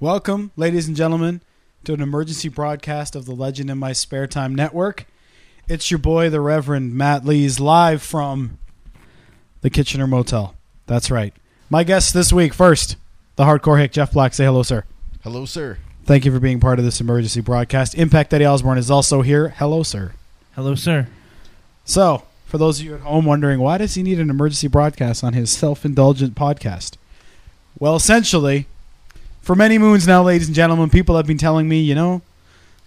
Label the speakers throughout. Speaker 1: Welcome, ladies and gentlemen, to an emergency broadcast of the Legend in My Spare Time Network. It's your boy, the Reverend Matt Lees, live from the Kitchener Motel. That's right. My guest this week, first, the hardcore hick, Jeff Black. Say hello, sir.
Speaker 2: Hello, sir.
Speaker 1: Thank you for being part of this emergency broadcast. Impact Eddie Osborne is also here. Hello, sir.
Speaker 3: Hello, sir.
Speaker 1: So, for those of you at home wondering, why does he need an emergency broadcast on his self indulgent podcast? Well, essentially, for many moons now, ladies and gentlemen, people have been telling me, you know,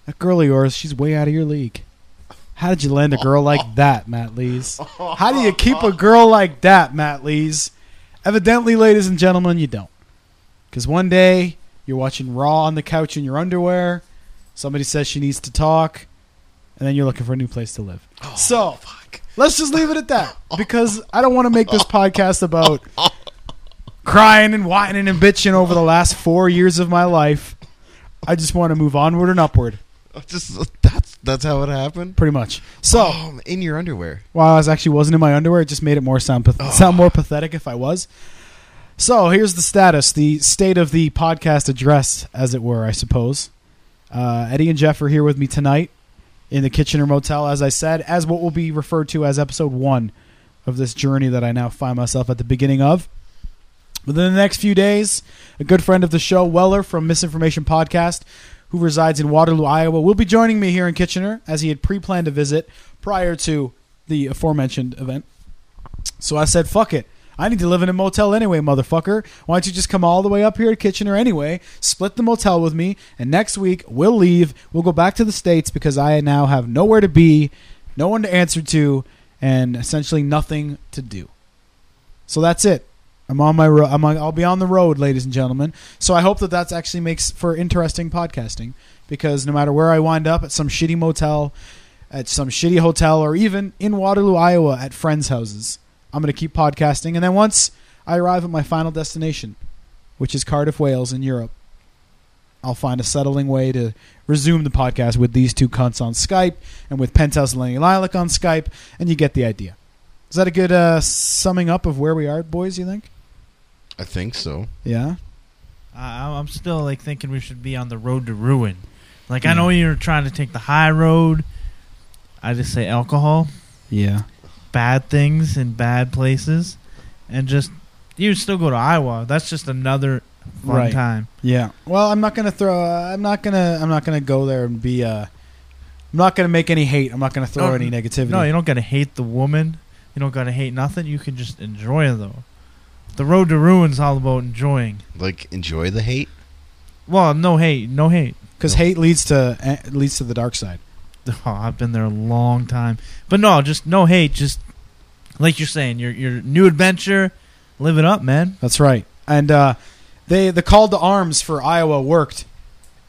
Speaker 1: that girl of yours, she's way out of your league. How did you land a girl like that, Matt Lees? How do you keep a girl like that, Matt Lees? Evidently, ladies and gentlemen, you don't. Because one day, you're watching Raw on the couch in your underwear, somebody says she needs to talk, and then you're looking for a new place to live. so, let's just leave it at that. Because I don't want to make this podcast about crying and whining and bitching over the last four years of my life. I just want to move onward and upward,
Speaker 2: Oh, Just uh, that's that's how it happened.
Speaker 1: pretty much. So,
Speaker 2: Oh, in your underwear.
Speaker 1: while I was actually wasn't in my underwear, it just made it more sound path- sound more pathetic if I was. So here's the status, the state of the podcast address, as it were, I suppose. Uh, Eddie and Jeff are here with me tonight in the Kitchener Motel, as I said, as what will be referred to as episode one of this journey that I now find myself at the beginning of. Within the next few days, a good friend of the show, Weller from Misinformation Podcast, who resides in Waterloo, Iowa, will be joining me here in Kitchener as he had pre planned a visit prior to the aforementioned event. So I said, fuck it. I need to live in a motel anyway, motherfucker. Why don't you just come all the way up here to Kitchener anyway, split the motel with me, and next week we'll leave. We'll go back to the States because I now have nowhere to be, no one to answer to, and essentially nothing to do. So that's it. I'm on my road. I'm on, I'll be on the road, ladies and gentlemen. So I hope that that actually makes for interesting podcasting because no matter where I wind up at some shitty motel, at some shitty hotel, or even in Waterloo, Iowa, at friends' houses, I'm going to keep podcasting. And then once I arrive at my final destination, which is Cardiff, Wales, in Europe, I'll find a settling way to resume the podcast with these two cunts on Skype and with Penthouse and Lenny Lilac on Skype, and you get the idea. Is that a good uh, summing up of where we are, boys? You think?
Speaker 2: I think so.
Speaker 1: Yeah.
Speaker 3: Uh, I'm still like thinking we should be on the road to ruin. Like I know you're trying to take the high road. I just say alcohol,
Speaker 1: Yeah.
Speaker 3: bad things in bad places, and just you still go to Iowa. That's just another fun
Speaker 1: Right.
Speaker 3: time.
Speaker 1: Yeah. Well, I'm not gonna throw. I'm not gonna. I'm not gonna go there and be. Uh, I'm not gonna make any hate. I'm not gonna throw
Speaker 3: No,
Speaker 1: any negativity.
Speaker 3: No, you don't gotta hate the woman. You don't gotta hate nothing. You can just enjoy it though. The road to ruin's all about enjoying.
Speaker 2: Like enjoy the hate.
Speaker 3: Well, no hate, no hate.
Speaker 1: because hate leads to eh, leads to the dark side.
Speaker 3: Oh, I've been there a long time. But no, just no hate. Just like you're saying, your your new adventure, live it up, man.
Speaker 1: That's right. And uh, they the call to arms for Iowa worked,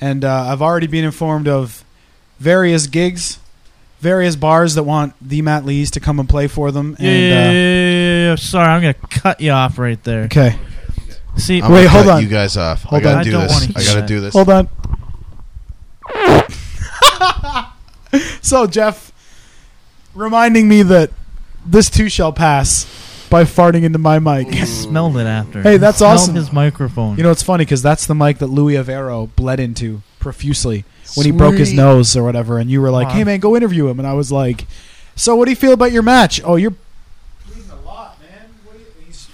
Speaker 1: and uh, I've already been informed of various gigs, various bars that want the Matt Lees to come and play for them.
Speaker 3: Yeah,
Speaker 1: And,
Speaker 3: yeah, yeah, yeah, yeah. Sorry, I'm gonna cut you off right
Speaker 1: Uh,
Speaker 3: there.
Speaker 1: okay,
Speaker 3: See,
Speaker 2: I'm
Speaker 1: Wait,
Speaker 2: gonna
Speaker 1: hold
Speaker 2: cut
Speaker 1: on.
Speaker 2: You guys off.
Speaker 1: Hold
Speaker 2: I gotta
Speaker 1: on.
Speaker 2: do
Speaker 3: I don't
Speaker 2: this.
Speaker 3: wanna hear
Speaker 2: I gotta
Speaker 3: that.
Speaker 2: do this.
Speaker 1: hold on. so Jeff, reminding me that this too shall pass by farting into my mic.
Speaker 3: I smelled it after.
Speaker 1: Hey, that's
Speaker 3: Smelled
Speaker 1: awesome.
Speaker 3: His microphone.
Speaker 1: You know, it's funny because that's the mic that Louis Avero bled into profusely when he broke his
Speaker 2: Sweet.
Speaker 1: nose or whatever. And you were like,
Speaker 3: Wow.
Speaker 1: "Hey, man, go interview him." And I was like, "So, what do you feel about your match?" Oh, you're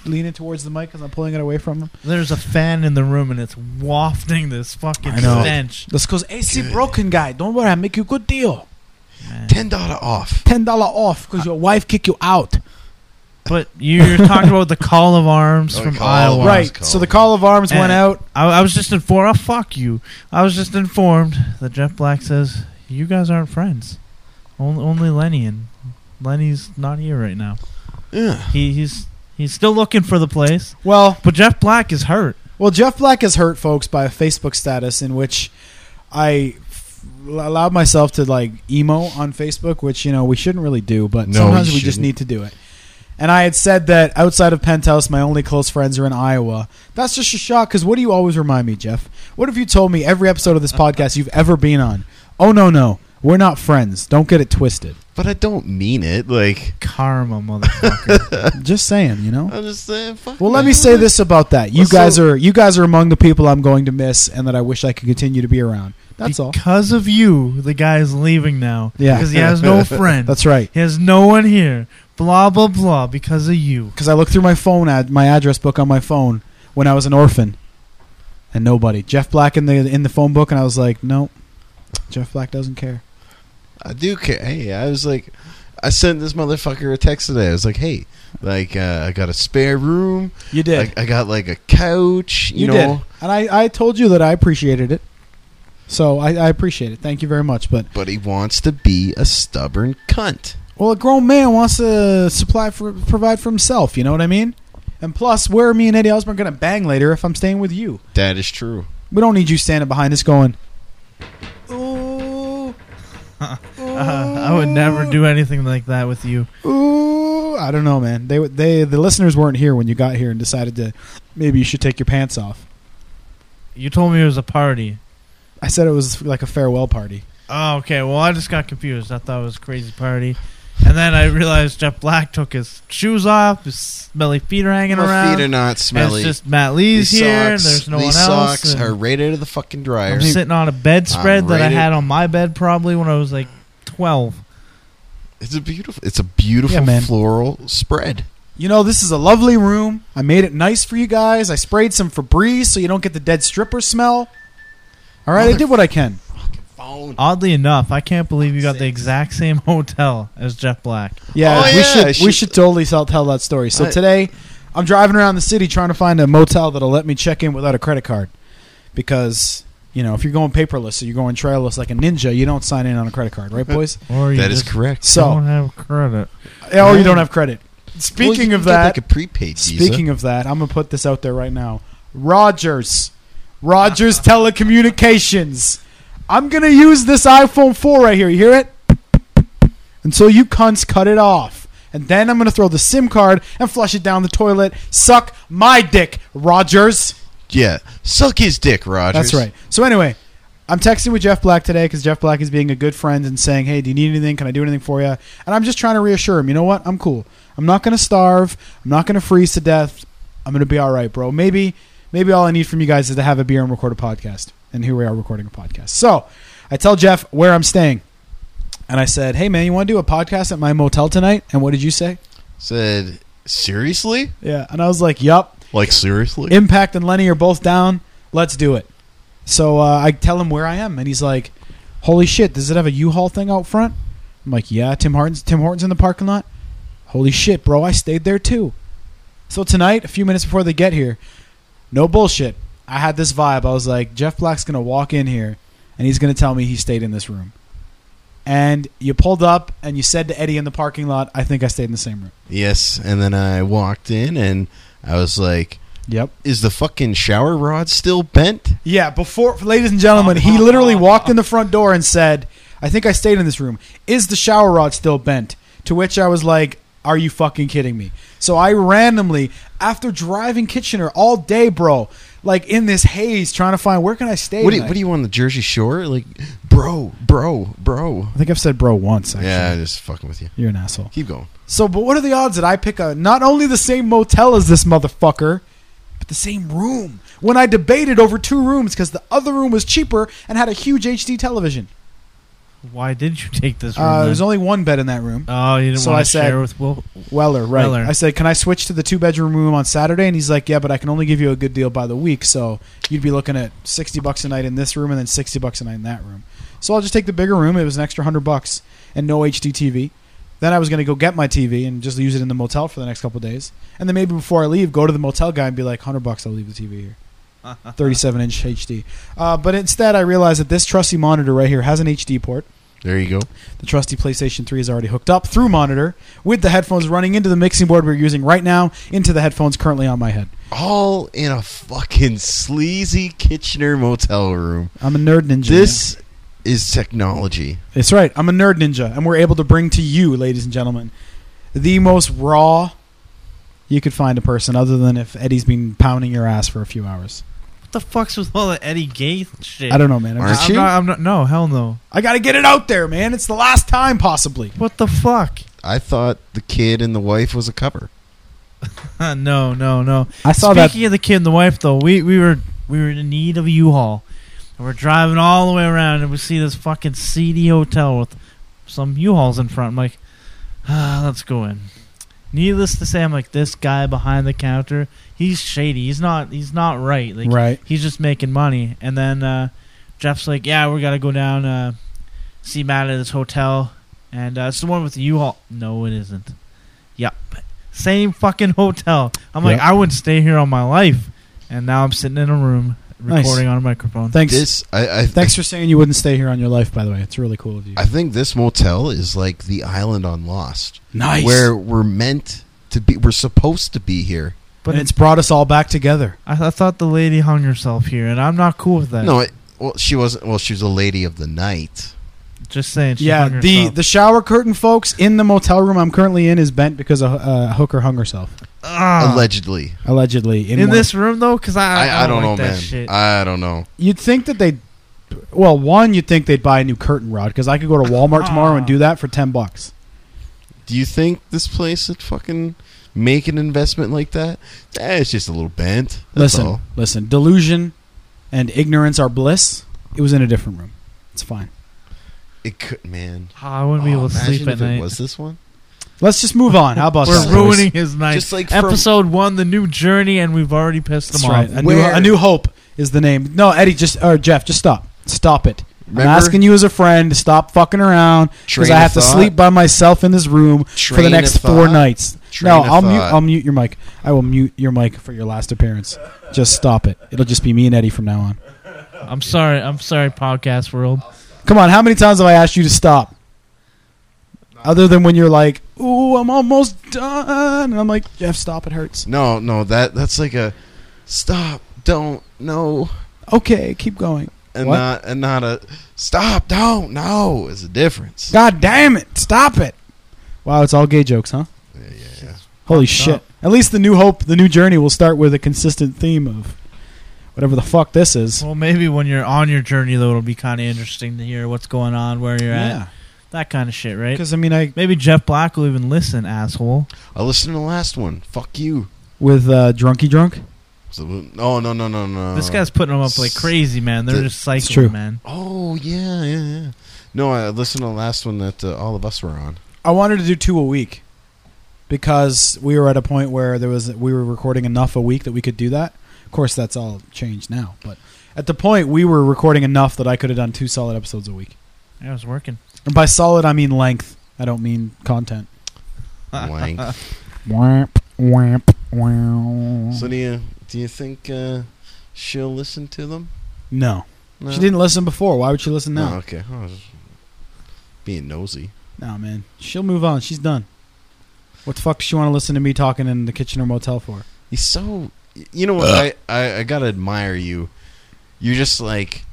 Speaker 1: leaning towards the mic because I'm pulling it away from him.
Speaker 3: There's a fan in the room and it's wafting this fucking
Speaker 1: I know.
Speaker 3: stench.
Speaker 1: That's because AC broken guy. Don't worry, I make you a good deal.
Speaker 3: man.
Speaker 2: Ten dollar off.
Speaker 1: Ten dollar off because your wife kick you out.
Speaker 3: But you're talking about the call of arms
Speaker 2: Oh,
Speaker 3: from
Speaker 2: call of
Speaker 3: Iowa.
Speaker 2: arms.
Speaker 1: right.
Speaker 2: call.
Speaker 1: So the call of arms went
Speaker 3: And-
Speaker 1: out.
Speaker 3: I, I was just informed. Oh, fuck you. I was just informed that Jeff Black says you guys aren't friends. Only, only Lenny and Lenny's not here right now.
Speaker 2: Yeah.
Speaker 3: He, he's he's still looking for the place,
Speaker 1: Well,
Speaker 3: but Jeff Black is hurt.
Speaker 1: Well, Jeff Black is hurt, folks, by a Facebook status in which I f- allowed myself to like emo on Facebook, which you know we shouldn't really do, but
Speaker 2: No,
Speaker 1: sometimes
Speaker 2: you
Speaker 1: we just
Speaker 2: shouldn't.
Speaker 1: need to do it. And I had said that outside of Penthouse, my only close friends are in Iowa. That's just a shock because what do you always remind me, Jeff? What have you told me every episode of this podcast you've ever been on? Oh no, no, We're not friends. Don't get it twisted.
Speaker 2: But I don't mean it. Like
Speaker 3: Karma, motherfucker.
Speaker 1: Just saying, you know.
Speaker 2: I'm just saying. Fuck
Speaker 1: Well, let
Speaker 2: that.
Speaker 1: me say this about that. You
Speaker 2: Well, so-
Speaker 1: guys are you guys are among the people I'm going to miss, and that I wish I could continue to be around. That's all.
Speaker 3: Because of you, the guy is leaving now.
Speaker 1: Yeah.
Speaker 3: Because he has no friend.
Speaker 1: That's right.
Speaker 3: He has no one here. Blah blah blah. Because of you.
Speaker 1: Because I looked through my phone ad, my address book on my phone when I was an orphan, and nobody. Jeff Black in the in the phone book, and I was like, no, Jeff Black doesn't care.
Speaker 2: I do care. Hey, I was like, I sent this motherfucker a text today. I was like, hey, like uh, I got a spare room.
Speaker 1: You
Speaker 2: I, I got like a couch. You,
Speaker 1: you
Speaker 2: know.
Speaker 1: did, and I I told you that I appreciated it. So I, I appreciate it. Thank you very much. But
Speaker 2: But he wants to be a stubborn cunt.
Speaker 1: well, a grown man wants to supply for provide for himself. You know what I mean? And plus, where are me and Eddie Osborne gonna bang later if I'm staying with you?
Speaker 2: That is true.
Speaker 1: We don't need you standing behind us going. Ooh, Oh.
Speaker 3: Uh, I would never do anything like that with you.
Speaker 1: Ooh, I don't know, man. They they the listeners weren't here when you got here and decided to maybe you should take your pants off.
Speaker 3: You told me it was a party.
Speaker 1: I said it was like a farewell party.
Speaker 3: Oh, okay. Well, I just got confused. I thought it was a crazy party. And then I realized Jeff Black took his shoes off. His smelly feet are hanging
Speaker 2: My
Speaker 3: around.
Speaker 2: feet are not
Speaker 3: And
Speaker 2: smelly.
Speaker 3: It's just Matt Lee's
Speaker 2: These
Speaker 3: here. and
Speaker 2: socks-
Speaker 3: there's no
Speaker 2: these
Speaker 3: one else.
Speaker 2: socks
Speaker 3: and
Speaker 2: are right out of the fucking dryer.
Speaker 3: I'm sitting on a bedspread
Speaker 2: I'm
Speaker 3: that I
Speaker 2: rated-
Speaker 3: had on my bed probably when I was like 12.
Speaker 2: It's a beautiful. It's a beautiful
Speaker 1: Yeah, man.
Speaker 2: floral spread.
Speaker 1: You know, this is a lovely room. I made it nice for you guys. I sprayed some Febreze so you don't get the dead stripper smell. All right, I did what I can.
Speaker 2: Phone.
Speaker 3: Oddly enough, I can't believe you got the exact same hotel as Jeff Black.
Speaker 1: Yeah,
Speaker 2: Oh,
Speaker 1: we
Speaker 2: yeah,
Speaker 1: should we
Speaker 2: she-
Speaker 1: should totally tell, tell that story. So
Speaker 2: I-
Speaker 1: today, I'm driving around the city trying to find a motel that'll let me check in without a credit card, because you know if you're going paperless, so you're going trailless like a ninja, you don't sign in on a credit card, right, boys?
Speaker 3: Or you
Speaker 2: That is
Speaker 3: just
Speaker 2: correct.
Speaker 1: So
Speaker 3: don't have credit.
Speaker 1: or you don't have credit. Speaking
Speaker 2: Well, you
Speaker 1: of
Speaker 2: can get,
Speaker 1: that,
Speaker 2: like a prepaid visa.
Speaker 1: Speaking of that, I'm gonna put this out there right now. Rogers, Rogers Telecommunications. I'm gonna use this iPhone 4 right here. You hear it? Until you cunts cut it off, and then I'm gonna throw the SIM card and flush it down the toilet. Suck my dick, Rogers.
Speaker 2: yeah, suck his dick, Rogers.
Speaker 1: That's right. So anyway, I'm texting with Jeff Black today because Jeff Black is being a good friend and saying, "Hey, do you need anything? Can I do anything for you?" And I'm just trying to reassure him. You know what? I'm cool. I'm not going to starve. I'm not going to freeze to death. I'm going to be all right, bro. Maybe, maybe all I need from you guys is to have a beer and record a podcast. And here we are recording a podcast. So I tell Jeff where I'm staying, and I said, "Hey, man, you want to do a podcast at my motel tonight?" And what did you say?
Speaker 2: Said seriously,
Speaker 1: Yeah, and I was like, "Yup."
Speaker 2: like seriously.
Speaker 1: Impact and Lenny are both down. Let's do it. So uh, I tell him where I am, and he's like, "Holy shit! Does it have a U-Haul thing out front?" I'm like, "Yeah, Tim Hortons. Tim Hortons in the parking lot." Holy shit, bro! I stayed there too. So tonight, a few minutes before they get here, no bullshit. I had this vibe. I was like, Jeff Black's gonna walk in here, and he's gonna tell me he stayed in this room. And you pulled up, and you said to Eddie in the parking lot, "I think I stayed in the same room."
Speaker 2: yes, and then I walked in and I was like,
Speaker 1: Yep.
Speaker 2: "Is the fucking shower rod still bent?"
Speaker 1: Yeah, before, ladies and gentlemen, he literally walked in the front door and said, I think I stayed in this room. Is the shower rod still bent? To which I was like, Are you fucking kidding me? So I randomly, after driving Kitchener all day, bro, like in this haze, trying to find where can I stay?
Speaker 2: What do, you,
Speaker 1: tonight?
Speaker 2: what do you want the Jersey Shore? Like, bro, bro, bro.
Speaker 1: I think I've said bro once, actually.
Speaker 2: Yeah, just fucking with you.
Speaker 1: You're an asshole.
Speaker 2: Keep going.
Speaker 1: So, but what are the odds that I pick a not only the same motel as this motherfucker, but the same room? When I debated over two rooms because the other room was cheaper and had a huge HD television.
Speaker 3: Why did you take this room?
Speaker 1: Uh,
Speaker 3: then?
Speaker 1: there's only one bed in that room.
Speaker 3: oh, you didn't
Speaker 1: so I
Speaker 3: want to
Speaker 1: said-
Speaker 3: share with Will.
Speaker 1: Weller, right?
Speaker 3: Weller.
Speaker 1: I said, "Can I switch to the two bedroom room on Saturday?" And he's like, "Yeah, but I can only give you a good deal by the week, so you'd be looking at sixty bucks a night in this room, and then sixty bucks a night in that room. So I'll just take the bigger room. It was an extra hundred bucks and no HD TV. Then I was going to go get my TV and just use it in the motel for the next couple days, and then maybe before I leave, go to the motel guy and be like, 100 bucks, I'll leave the TV here." 37 inch HD. Uh, but instead, I realized that this trusty monitor right here has an HD port.
Speaker 2: There you go.
Speaker 1: The trusty PlayStation 3 is already hooked up through monitor with the headphones running into the mixing board we're using right now into the headphones currently on my head.
Speaker 2: All in a fucking sleazy Kitchener motel room.
Speaker 1: I'm a nerd ninja. man.
Speaker 2: This is technology.
Speaker 1: It's right. I'm a nerd ninja and we're able to bring to you, ladies and gentlemen, the most raw you could find a person other than if Eddie's been pounding your ass for a few hours.
Speaker 3: the fuck's with all the Eddie Gay shit?
Speaker 1: I don't know, man. I'm
Speaker 2: Aren't
Speaker 1: just-
Speaker 3: I'm
Speaker 2: you?
Speaker 3: Not, I'm not. No, hell no.
Speaker 1: I gotta get it out there, man. It's the last time, possibly.
Speaker 3: What the fuck?
Speaker 2: I thought the kid and the wife was a cover.
Speaker 3: no, no, no.
Speaker 1: I saw
Speaker 3: Speaking of the kid and the wife, though, we, we were we were in need of a U-Haul, and we're driving all the way around, and we see this fucking seedy hotel with some U-Hauls in front. I'm like, ah, let's go in. Needless to say, I'm like, this guy behind the counter, he's shady. He's not. He's not right.
Speaker 1: that.
Speaker 3: Like,
Speaker 1: Right.
Speaker 3: he's just making money. And then uh, Jeff's like, "Yeah, we gotta go down uh, see Matt at this hotel, and uh, it's the one with the U-Haul." No, it isn't. Yep, same fucking hotel. I'm like,
Speaker 1: Yep.
Speaker 3: I wouldn't stay here all my life, and now I'm sitting in a room
Speaker 1: Nice.
Speaker 3: recording on a microphone.
Speaker 1: Thanks.
Speaker 2: This I, I
Speaker 1: Thanks for saying you wouldn't stay here on your life. By the way, it's really cool of you.
Speaker 2: I think this motel is like the island on Lost,
Speaker 1: nice.
Speaker 2: where we're meant to be. We're supposed to be here.
Speaker 3: but
Speaker 1: and it's brought us all back together.
Speaker 3: I, I thought the lady hung herself here, and I'm not cool with that.
Speaker 2: No, it, well, she wasn't. Well, she was a lady of the night.
Speaker 3: just saying. She
Speaker 1: yeah.
Speaker 3: hung
Speaker 1: The
Speaker 3: herself.
Speaker 1: the shower curtain, folks, in the motel room I'm currently in is bent because a, a hooker hung herself
Speaker 3: Ah.
Speaker 2: Allegedly,
Speaker 1: allegedly. In,
Speaker 3: in
Speaker 1: one-
Speaker 3: this room though, because I,
Speaker 2: I, I, don't
Speaker 3: like
Speaker 2: know,
Speaker 3: that
Speaker 2: man.
Speaker 3: Shit.
Speaker 2: I don't know.
Speaker 1: you'd think that they, well, one, you'd think they'd buy a new curtain rod because I could go to Walmart tomorrow and do that for ten bucks.
Speaker 2: Do you think this place would fucking make an investment like that? Eh, it's just a little bent. That's
Speaker 1: Listen,
Speaker 2: all.
Speaker 1: listen. Delusion and ignorance are bliss. It was in a different room. It's fine.
Speaker 2: it could, man.
Speaker 3: Ah, I wouldn't be
Speaker 2: Oh,
Speaker 3: able to
Speaker 2: imagine
Speaker 3: sleep at
Speaker 2: if
Speaker 3: night.
Speaker 2: It was this one?
Speaker 1: Let's just move on. How about
Speaker 3: We're
Speaker 1: that?
Speaker 3: ruining his night.
Speaker 2: Just like from-
Speaker 3: episode one, the new journey, and we've already pissed them
Speaker 1: That's
Speaker 3: off.
Speaker 1: right. A new,
Speaker 2: Where-
Speaker 1: a new hope is the name. No, Eddie, just or Jeff, just stop. Stop it.
Speaker 2: Remember?
Speaker 1: I'm asking you as a friend to stop fucking around because
Speaker 2: Train
Speaker 1: I
Speaker 2: of
Speaker 1: have to
Speaker 2: thought?
Speaker 1: sleep by myself in this room for
Speaker 2: Train
Speaker 1: the
Speaker 2: of
Speaker 1: next four
Speaker 2: thought?
Speaker 1: nights.
Speaker 2: Train
Speaker 1: no,
Speaker 2: of
Speaker 1: I'll mute.
Speaker 2: thought.
Speaker 1: I'll mute your mic. I will mute your mic for your last appearance. Just stop it. It'll just be me and Eddie from now on.
Speaker 3: I'm sorry. I'm sorry, podcast world.
Speaker 1: Come on, how many times have I asked you to stop? Other than when you're like, "Ooh, I'm almost done," and I'm like, "Jeff, stop! It hurts."
Speaker 2: No, no, that that's like a stop. Don't no.
Speaker 1: Okay, keep going.
Speaker 2: and
Speaker 1: What?
Speaker 2: not and not a stop don't no is a difference
Speaker 1: God damn it! Stop it! Wow, it's all gay jokes, huh?
Speaker 2: yeah, yeah, yeah.
Speaker 1: Holy
Speaker 3: Fucked
Speaker 1: shit!
Speaker 3: up.
Speaker 1: At least the new hope, the new journey will start with a consistent theme of whatever the fuck this is.
Speaker 3: Well, maybe when you're on your journey, though, it'll be kind of interesting to hear what's going on, where you're at, that kind of shit, right?
Speaker 1: because I mean, I
Speaker 3: Maybe Jeff Black will even listen, asshole.
Speaker 2: i listened to the last one fuck you
Speaker 1: with uh, drunky drunk.
Speaker 2: so, no no no no no
Speaker 3: this guy's putting them up like
Speaker 2: Uh, s-
Speaker 3: crazy, man. They're
Speaker 2: th-
Speaker 3: just psycho,
Speaker 1: true.
Speaker 3: man.
Speaker 2: oh yeah yeah yeah no i listened to the last one that uh, all of us were on
Speaker 1: I wanted to do two a week because we were at a point where there was we were recording enough a week that we could do that. Of course, that's all changed now, but at the point we were recording enough that I could have done two solid episodes a week.
Speaker 3: I was working.
Speaker 1: And by solid, I mean length. I don't mean content.
Speaker 2: Wank.
Speaker 1: Wamp, wamp, wow.
Speaker 2: so do you do you think uh, she'll listen to them
Speaker 1: no,
Speaker 2: no?
Speaker 1: she didn't listen before. Why would she listen now?
Speaker 2: Oh, okay I was just being nosy
Speaker 1: No, man. She'll move on. She's done. What the fuck does she want to listen to me talking in the kitchen or motel for?
Speaker 2: He's so. You know what? I, I, I gotta admire you. You're just like,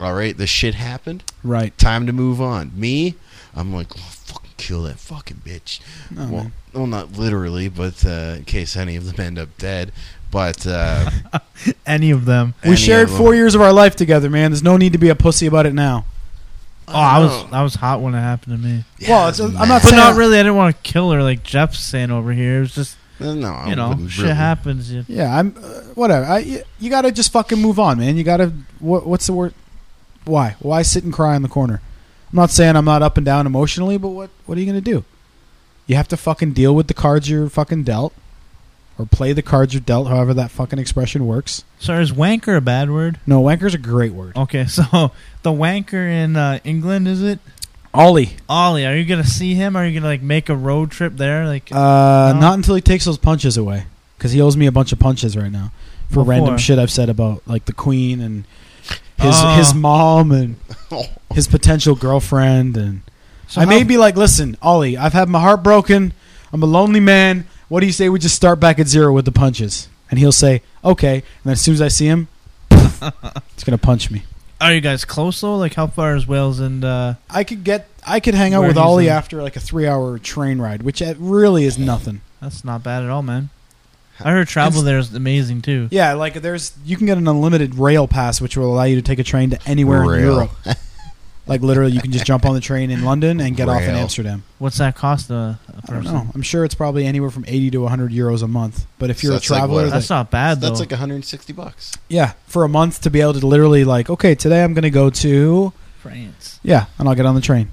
Speaker 2: all right, this shit happened.
Speaker 1: Right.
Speaker 2: Time to move on. Me, I'm like, "Oh, fucking kill that fucking bitch.
Speaker 1: No,
Speaker 2: well,
Speaker 1: man.
Speaker 2: well, not literally, but uh, in case any of them end up dead. But uh,
Speaker 3: Any of them?
Speaker 1: We
Speaker 2: any
Speaker 1: shared
Speaker 2: of them-
Speaker 1: four years of our life together, man. There's no need to be a pussy about it now.
Speaker 3: Oh, I was
Speaker 2: don't know.
Speaker 3: I was hot when it happened to me.
Speaker 2: Yeah,
Speaker 1: well,
Speaker 2: I
Speaker 1: it's-
Speaker 2: was
Speaker 1: I'm
Speaker 2: mad.
Speaker 1: not
Speaker 3: But
Speaker 1: saying-
Speaker 3: not really. I didn't want to kill her, like Jeff's saying over here. It was just
Speaker 2: No, I
Speaker 3: you know,
Speaker 2: wouldn't
Speaker 3: shit
Speaker 2: really.
Speaker 3: happens. You
Speaker 1: Yeah, I'm. Uh, whatever. I, you, you gotta just fucking move on, man. You gotta. What, what's the word? Why? Why sit and cry in the corner? I'm not saying I'm not up and down emotionally, but what? What are you gonna do? You have to fucking deal with the cards you're fucking dealt, or play the cards you're dealt. However, that fucking expression works.
Speaker 3: So is wanker a bad word?
Speaker 1: No, wanker's a great word.
Speaker 3: Okay, so the wanker in uh, England is it?
Speaker 1: Ollie.
Speaker 3: Ollie, are you gonna see him? Are you gonna like make a road trip there? Like
Speaker 1: Uh,
Speaker 3: No?
Speaker 1: Not until he takes those punches away, because he owes me a bunch of punches right now for
Speaker 3: What
Speaker 1: random
Speaker 3: for?
Speaker 1: shit I've said about like the Queen and his
Speaker 3: Oh.
Speaker 1: his mom and
Speaker 2: Oh,
Speaker 1: his potential girlfriend. And
Speaker 3: so
Speaker 1: I
Speaker 3: how-
Speaker 1: may be like, listen, Ollie, I've had my heart broken. I'm a lonely man. What do you say we just start back at zero with the punches? And he'll say, okay. And then as soon as I see him, it's gonna punch me.
Speaker 3: Are you guys close though? Like how far is Wales and uh,
Speaker 1: I could get, I could hang out
Speaker 3: Where
Speaker 1: with
Speaker 3: he's
Speaker 1: Ollie
Speaker 3: at.
Speaker 1: after like a three-hour train ride, which uh, really is nothing.
Speaker 3: that's not bad at all, man. I heard travel there is amazing too.
Speaker 1: Yeah, like there's you can get an unlimited rail pass, which will allow you to take a train to anywhere in
Speaker 2: Rail.
Speaker 1: Europe. like literally, you can just jump on the train in London and get off in
Speaker 2: Rail.
Speaker 1: Amsterdam.
Speaker 3: What's that cost uh, a, a
Speaker 1: I don't
Speaker 3: person?
Speaker 1: know. I'm sure it's probably anywhere from 80 to 100 euros a month. But if
Speaker 2: So
Speaker 1: you're a
Speaker 2: that's like
Speaker 1: traveler,
Speaker 2: what-
Speaker 1: that-
Speaker 3: That's not bad though.
Speaker 2: That's like 160 bucks.
Speaker 1: yeah, for a month to be able to literally like, okay, today I'm going to go to
Speaker 3: France.
Speaker 1: yeah, and I'll get on the train.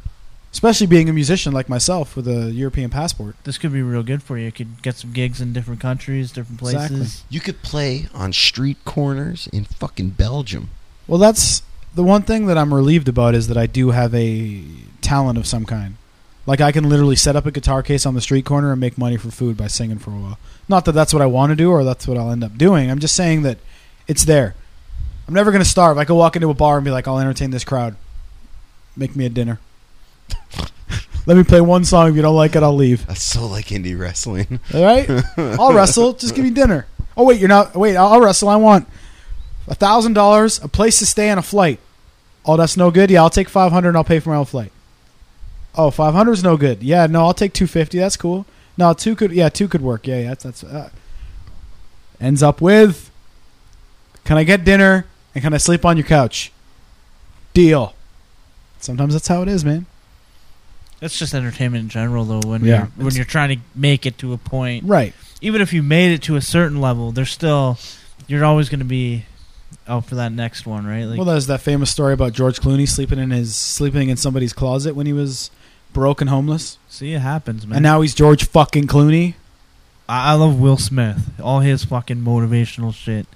Speaker 1: Especially being a musician like myself with a European passport.
Speaker 3: This could be real good for you. You could get some gigs in different countries, different places.
Speaker 1: Exactly.
Speaker 2: You could play on street corners in fucking Belgium.
Speaker 1: Well, that's the one thing that I'm relieved about is that I do have a talent of some kind. Like I can literally set up a guitar case on the street corner and make money for food by singing for a while. Not that that's what I want to do or that's what I'll end up doing. I'm just saying that it's there. I'm never going to starve. I could walk into a bar and be like, "I'll entertain this crowd. Make me a dinner. Let me play one song. If you don't like it, I'll leave.
Speaker 2: That's so like indie wrestling.
Speaker 1: All right, I'll wrestle. Just give me dinner. Oh wait, you're not. Wait, I'll, I'll wrestle. I want a thousand dollars, a place to stay, and a flight. Oh, that's no good. Yeah, I'll take five hundred. and I'll pay for my own flight. Oh, 500 is no good. Yeah, no, I'll take two fifty. That's cool. No, two could. Yeah, two could work. Yeah, yeah, that's that's. Uh, ends up with. Can I get dinner and can I sleep on your couch? Deal. Sometimes that's how it is, man.
Speaker 3: That's just entertainment in general, though. When
Speaker 1: Yeah.
Speaker 3: you're when
Speaker 1: It's-
Speaker 3: you're trying to make it to a point,
Speaker 1: Right.
Speaker 3: even if you made it to a certain level, there's still you're always going to be out for that next one, right? Like,
Speaker 1: well, there's that famous story about George Clooney sleeping in his sleeping in somebody's closet when he was broke and homeless,
Speaker 3: see, it happens, man.
Speaker 1: and now he's George fucking Clooney.
Speaker 3: I, I love Will Smith. All his fucking motivational shit.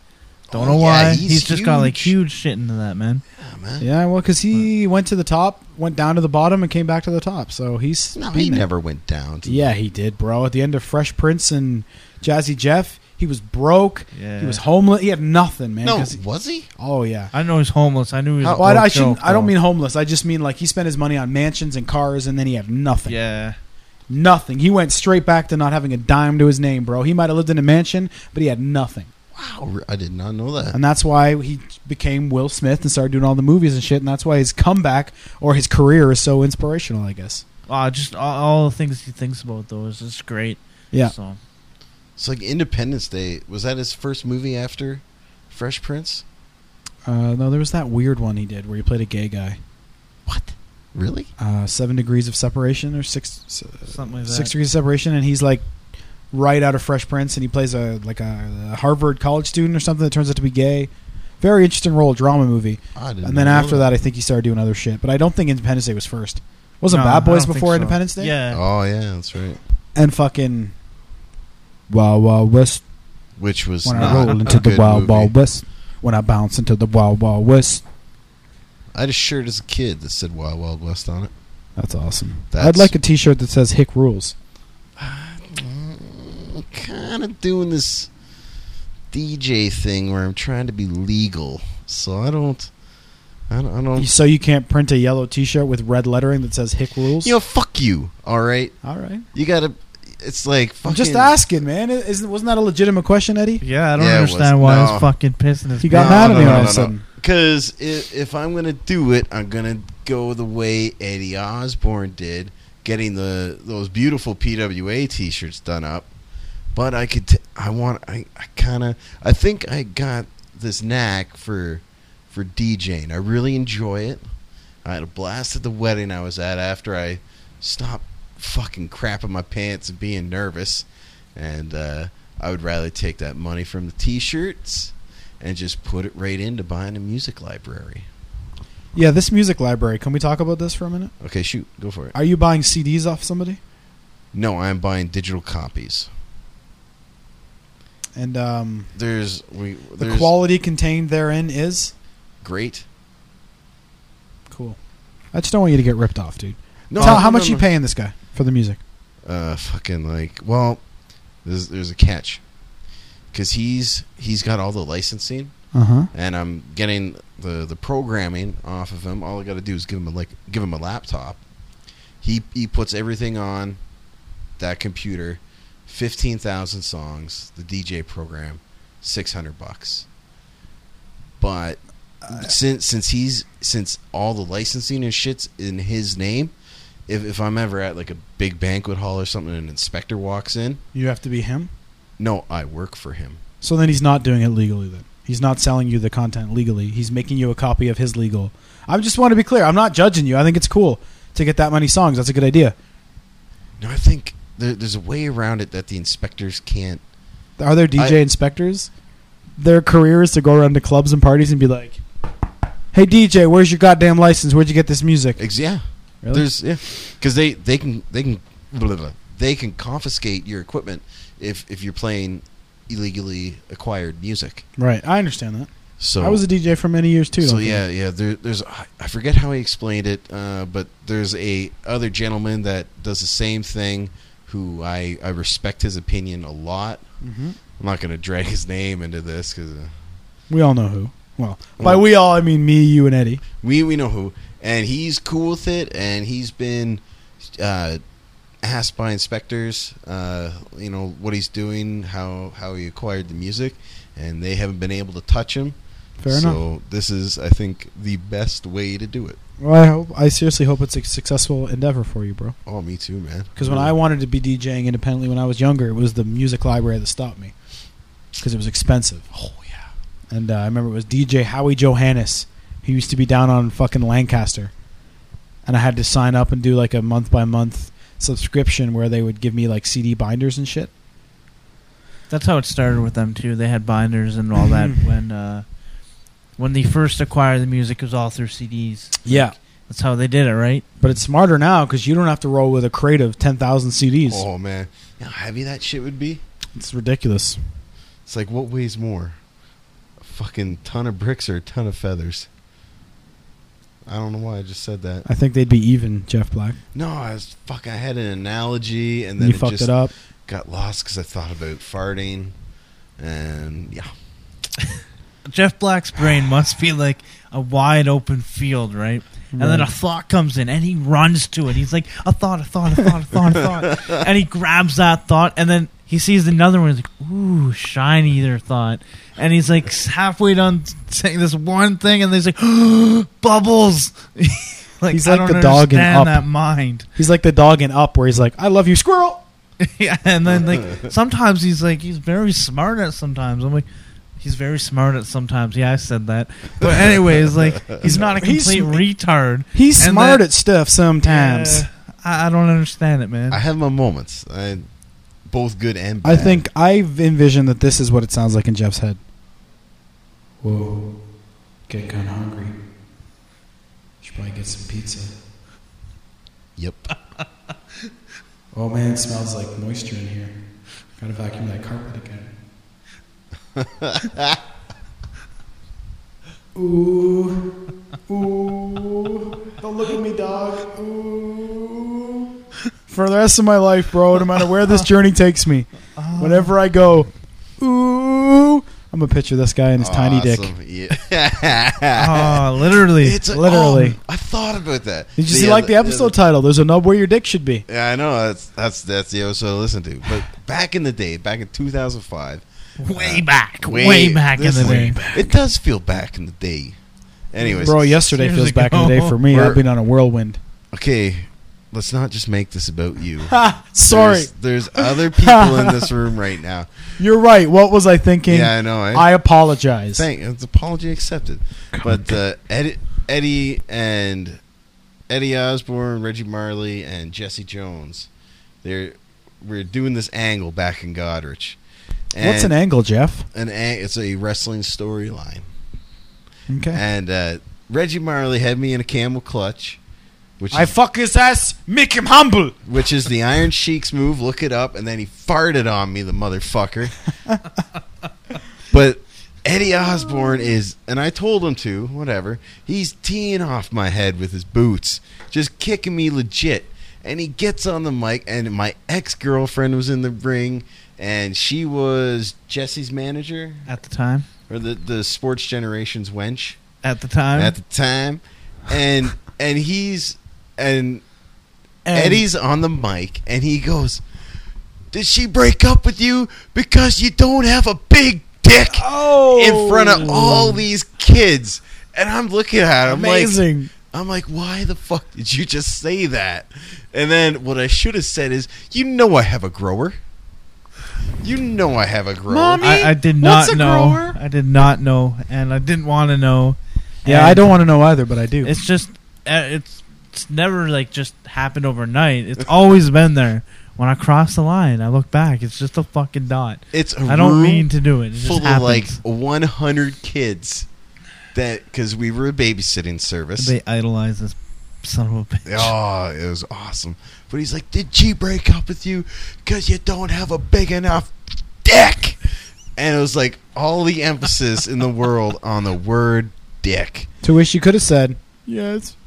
Speaker 3: Don't
Speaker 2: Oh,
Speaker 3: know
Speaker 2: yeah,
Speaker 3: why.
Speaker 2: he's
Speaker 3: he's just got like
Speaker 2: huge.
Speaker 3: huge shit into that man.
Speaker 2: Yeah, man.
Speaker 1: Yeah, well, because he went to the top, went down to the bottom, and came back to the top. So he's
Speaker 2: No,
Speaker 1: been
Speaker 2: he
Speaker 1: there.
Speaker 2: never went down. To
Speaker 1: Yeah, he did, bro. At the end of Fresh Prince and Jazzy Jeff, he was broke.
Speaker 3: Yeah.
Speaker 1: He was homeless. He had nothing, man.
Speaker 2: no,
Speaker 1: 'cause he-
Speaker 2: was he?
Speaker 1: oh yeah.
Speaker 3: I know he's homeless. I knew he was. a
Speaker 1: Well, I,
Speaker 3: broke
Speaker 1: I shouldn't.
Speaker 3: joke,
Speaker 1: I don't
Speaker 3: though.
Speaker 1: mean homeless. I just mean like he spent his money on mansions and cars, and then he had nothing.
Speaker 3: Yeah.
Speaker 1: Nothing. He went straight back to not having a dime to his name, bro. He might have lived in a mansion, but he had nothing.
Speaker 2: Wow, I did not know that.
Speaker 1: And that's why he became Will Smith and started doing all the movies and shit. And that's why his comeback or his career is so inspirational, I guess.
Speaker 3: Uh, just all, all the things he thinks about though is just great.
Speaker 1: Yeah.
Speaker 3: So
Speaker 2: It's like Independence Day. Was that his first movie after Fresh Prince?
Speaker 1: Uh, no, there was that weird one he did where he played a gay guy.
Speaker 2: What? Really?
Speaker 1: Uh, seven degrees of separation or six s-
Speaker 3: something like that.
Speaker 1: six degrees of separation, and he's like right out of Fresh Prince, and he plays a like a, a Harvard college student or something that turns out to be gay. Very interesting role, drama movie.
Speaker 2: I didn't
Speaker 1: And then
Speaker 2: know
Speaker 1: after that, I think he started doing other shit. But I don't think Independence Day was first. Wasn't
Speaker 3: No, I
Speaker 1: Bad Boys
Speaker 3: don't think
Speaker 1: before
Speaker 3: so.
Speaker 1: Independence Day?
Speaker 3: Yeah.
Speaker 2: Oh yeah, that's right.
Speaker 1: And fucking Wild Wild West.
Speaker 2: Which was
Speaker 1: When I
Speaker 2: not
Speaker 1: roll
Speaker 2: a
Speaker 1: into the
Speaker 2: good
Speaker 1: Wild
Speaker 2: movie.
Speaker 1: Wild West. When I bounce into the Wild Wild West.
Speaker 2: I had a shirt as a kid that said Wild Wild West on it.
Speaker 1: That's awesome. I'd
Speaker 2: That's-
Speaker 1: like a T-shirt that says Hick Rules.
Speaker 2: I'm kind of doing this DJ thing where I'm trying to be legal, so I don't, I don't, I don't.
Speaker 1: So you can't print a yellow T-shirt with red lettering that says Hick Rules.
Speaker 2: You know, fuck you. All right,
Speaker 1: All right.
Speaker 2: you gotta. It's like
Speaker 1: I'm
Speaker 2: fucking.
Speaker 1: just asking, man. Isn't wasn't that a legitimate question, Eddie?
Speaker 3: Yeah. I don't
Speaker 2: Yeah, it was-
Speaker 3: understand why
Speaker 2: no.
Speaker 3: he's fucking pissing his.
Speaker 1: He got
Speaker 2: No,
Speaker 1: mad at
Speaker 2: no,
Speaker 1: me
Speaker 2: no,
Speaker 1: all
Speaker 2: no,
Speaker 1: of a
Speaker 2: no.
Speaker 1: sudden.
Speaker 2: Because if, if I'm gonna do it, I'm gonna go the way Eddie Osborne did, getting the those beautiful PWA T-shirts done up. But I could, t- I want, I, I kind of, I think I got this knack for, for DJing. I really enjoy it. I had a blast at the wedding I was at after I stopped fucking crapping my pants and being nervous, and uh, I would rather take that money from the T-shirts and just put it right into buying a music library.
Speaker 1: Yeah, this music library. Can we talk about this for a minute?
Speaker 2: Okay, shoot, go for it.
Speaker 1: Are you buying CDs off somebody?
Speaker 2: No, I'm buying digital copies.
Speaker 1: And um,
Speaker 2: There's we
Speaker 1: the
Speaker 2: there's
Speaker 1: quality contained therein is
Speaker 2: great.
Speaker 1: cool. I just don't want you to get ripped off, dude.
Speaker 2: No,
Speaker 1: Tell-
Speaker 2: no,
Speaker 1: how
Speaker 2: no,
Speaker 1: much
Speaker 2: no.
Speaker 1: you paying this guy for the music?
Speaker 2: Uh, fucking like well, there's there's a catch, because he's he's got all the licensing,
Speaker 1: Uh huh.
Speaker 2: and I'm getting the the programming off of him. All I got to do is give him a like give him a laptop. He he puts everything on that computer. Fifteen thousand songs. The DJ program, six hundred bucks. But since since he's since all the licensing and shits in his name, if if I'm ever at like a big banquet hall or something, and an inspector walks in,
Speaker 1: You have to be him.
Speaker 2: No, I work for him.
Speaker 1: So then he's not doing it legally. Then he's not selling you the content legally. He's making you a copy of his legal. I just want to be clear. I'm not judging you. I think it's cool to get that many songs. That's a good idea.
Speaker 2: No, I think there, there's a way around it that the inspectors can't.
Speaker 1: Are there DJ
Speaker 2: I-
Speaker 1: inspectors? Their career is to go around to clubs and parties and be like, "Hey DJ, where's your goddamn license? Where'd you get this music?"
Speaker 2: Ex- yeah,
Speaker 1: Really?
Speaker 2: there's yeah, because they they can they can blah, blah, they can confiscate your equipment if if you're playing illegally acquired music.
Speaker 1: right. I understand that.
Speaker 2: So
Speaker 1: I was a DJ for many years too.
Speaker 2: So
Speaker 1: don't you?
Speaker 2: yeah, yeah. There, there's I I forget how he explained it, uh, but there's a other gentleman that does the same thing, who I I respect his opinion a lot.
Speaker 1: Mhm.
Speaker 2: I'm not gonna drag his name into this because uh,
Speaker 1: we all know who. Well, by
Speaker 2: Well-
Speaker 1: we all, I mean me, you, and Eddie.
Speaker 2: we we know who, and he's cool with it, and he's been uh, asked by inspectors, uh, you know what he's doing, how how he acquired the music, and they haven't been able to touch him.
Speaker 1: Fair
Speaker 2: so
Speaker 1: enough.
Speaker 2: this is, I think, the best way to do it.
Speaker 1: Well, I hope. I seriously hope it's a successful endeavor for you, bro.
Speaker 2: Oh, me too, man.
Speaker 1: Because when I wanted to be DJing independently when I was younger, it was the music library that stopped me because it was expensive.
Speaker 2: oh yeah.
Speaker 1: And uh, I remember it was DJ Howie Johannes. He used to be down on fucking Lancaster, and I had to sign up and do like a month by month subscription where they would give me like CD binders and shit.
Speaker 3: That's how it started with them too. They had binders and all that when uh, when they first acquired the music it was all through CDs.
Speaker 1: Yeah.
Speaker 3: That's how they did it, right?
Speaker 1: But it's smarter now because you don't have to roll with a crate of ten thousand CDs.
Speaker 2: Oh man, you know how heavy that shit would be.
Speaker 1: It's ridiculous.
Speaker 2: It's like what weighs more, a fucking ton of bricks or a ton of feathers? I don't know why I just said that.
Speaker 1: I think they'd be even, Jeff Black.
Speaker 2: No, I was fuck. I had an analogy and
Speaker 1: And
Speaker 2: then
Speaker 1: you
Speaker 2: it
Speaker 1: fucked
Speaker 2: just
Speaker 1: it up.
Speaker 2: got lost because I thought about farting, and yeah,
Speaker 3: Jeff Black's brain must be like a wide open field, right? And then a thought comes in, and he runs to it. He's like, a thought, a thought, a thought, a thought, a thought. and he grabs that thought, and then he sees another one. He's like, ooh, shiny, their thought. And he's like halfway done saying this one thing, and he's like, bubbles. like,
Speaker 1: He's
Speaker 3: I
Speaker 1: like
Speaker 3: don't
Speaker 1: the dog in
Speaker 3: understand
Speaker 1: Up.
Speaker 3: that mind.
Speaker 1: He's like the dog in Up, where he's like, "I love you, squirrel."
Speaker 3: yeah, and then like sometimes he's like he's very smart at sometimes. I'm like he's very smart at sometimes. Yeah, I said that. But anyways, like he's not a
Speaker 1: He's-
Speaker 3: complete retard.
Speaker 1: He's
Speaker 3: And
Speaker 1: smart
Speaker 3: that-
Speaker 1: at stuff sometimes.
Speaker 3: Uh, I, I don't understand it, man.
Speaker 2: I have my moments. I both good and bad.
Speaker 1: I think I've envisioned that this is what it sounds like in Jeff's head. Whoa, get kind of hungry. Should probably get some pizza.
Speaker 2: Yep.
Speaker 1: Oh man, it smells like moisture in here. Gotta vacuum that carpet again. ooh, ooh, don't look at me, dog. Ooh. For the rest of my life, bro, no matter where this journey takes me, whenever I go, ooh, I'm gonna picture this guy and his tiny dick.
Speaker 2: Awesome. Yeah.
Speaker 3: oh, literally.
Speaker 2: it's
Speaker 1: literally.
Speaker 2: oh, I thought about that.
Speaker 1: Did you see like the episode title? There's a nub where your dick should be.
Speaker 2: Yeah, I know that's that's that's the episode I listened to. But back in the day, back in 2005,
Speaker 3: way back, way, back in
Speaker 2: this
Speaker 3: the
Speaker 2: is-
Speaker 3: day.
Speaker 2: It does feel back in the day. Anyways,
Speaker 1: Bro, yesterday
Speaker 3: years
Speaker 1: feels back in the day
Speaker 3: ago.
Speaker 1: for me. I've
Speaker 2: We're-
Speaker 1: been on a whirlwind.
Speaker 2: okay, let's not just make this about you.
Speaker 1: Ha! Sorry.
Speaker 2: There's, there's other people in this room right now.
Speaker 1: You're right. What was I thinking?
Speaker 2: Yeah, I know. I,
Speaker 1: I apologize.
Speaker 2: thank. It's apology accepted. But uh, Eddie, Eddie and Eddie Osborne, Reggie Marley, and Jesse Jones, they're we're doing this angle back in Godrich.
Speaker 1: What's an
Speaker 2: And
Speaker 1: angle, Jeff?
Speaker 2: An ang- it's a wrestling storyline.
Speaker 1: Okay.
Speaker 2: And uh, Reggie Marley had me in a camel clutch, which is,
Speaker 1: fuck his ass, make him humble.
Speaker 2: which is the Iron Sheik's move. Look it up, and then he farted on me, the motherfucker. but Eddie Osborne is, and I told him to, whatever. He's teeing off my head with his boots, just kicking me legit. And he gets on the mic, and my ex girlfriend was in the ring, and she was Jesse's manager
Speaker 3: At the time,
Speaker 2: or the the Sports Generation's wench.
Speaker 3: at the time,
Speaker 2: at the time, and and he's and, Eddie's on the mic, and he goes, "Did she break up with you because you don't have a big dick
Speaker 1: Oh,
Speaker 2: in front of all these kids?" And I'm looking at him like,
Speaker 1: amazing.
Speaker 2: I'm like, why the fuck did you just say that? And then what I should have said is, you know, I have a grower. You know I have a grower.
Speaker 1: Mommy,
Speaker 3: I, I did
Speaker 1: what's
Speaker 3: not
Speaker 1: a
Speaker 3: know.
Speaker 1: grower?
Speaker 3: I did not know, and I didn't want to know.
Speaker 1: Yeah,
Speaker 3: And
Speaker 1: I don't want to know either, but I do.
Speaker 3: It's just uh, it's it's never like just happened overnight. It's always been there. When I cross the line, I look back. It's just a fucking dot.
Speaker 2: It's a
Speaker 3: I don't
Speaker 2: room
Speaker 3: mean to do it. It just
Speaker 2: full of
Speaker 3: happens.
Speaker 2: like 100 kids that because we were a babysitting service.
Speaker 3: they idolize this son of a bitch.
Speaker 2: Oh, it was awesome. But he's like, Did she break up with you because you don't have a big enough dick? And it was like all the emphasis in the world on the word dick.
Speaker 1: to which you could have said, yes.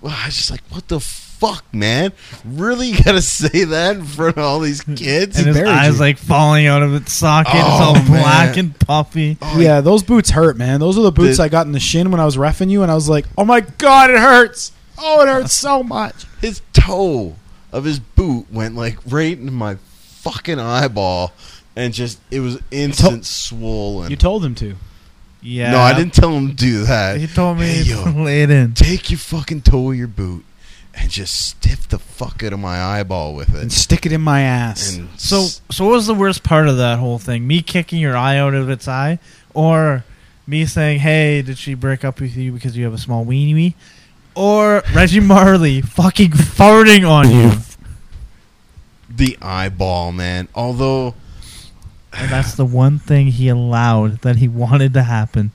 Speaker 2: Well, I was just like, What the fuck, man? Really got to say that in front of all these kids?
Speaker 3: and
Speaker 1: he
Speaker 3: his
Speaker 1: buried
Speaker 3: eyes
Speaker 1: you.
Speaker 3: like falling out of its socket. it's
Speaker 2: Oh,
Speaker 3: all
Speaker 2: man.
Speaker 3: black and puffy.
Speaker 2: Oh,
Speaker 1: yeah, those boots hurt, man. Those are the boots
Speaker 2: The-
Speaker 1: I got in the shin when I was refing you, and I was like, oh my god, it hurts. Oh, it hurts so much.
Speaker 2: His toe of his boot went like right into my fucking eyeball. And just, it was instant swollen.
Speaker 1: You told him to.
Speaker 3: Yeah.
Speaker 2: No, I didn't tell him to do that.
Speaker 3: He told me
Speaker 2: Hey,
Speaker 3: to
Speaker 2: yo.
Speaker 3: lay it in.
Speaker 2: take your fucking toe of your boot and just stiff the fuck out of my eyeball with
Speaker 1: And
Speaker 2: it.
Speaker 1: stick it in my ass.
Speaker 2: And s-
Speaker 3: So, so what was the worst part of that whole thing? Me kicking your eye out of its eye, or me saying, "Hey, did she break up with you because you have a small weenie?" Or Reggie Marley fucking farting on you,
Speaker 2: the eyeball, man. Although
Speaker 3: and that's the one thing he allowed that he wanted to happen.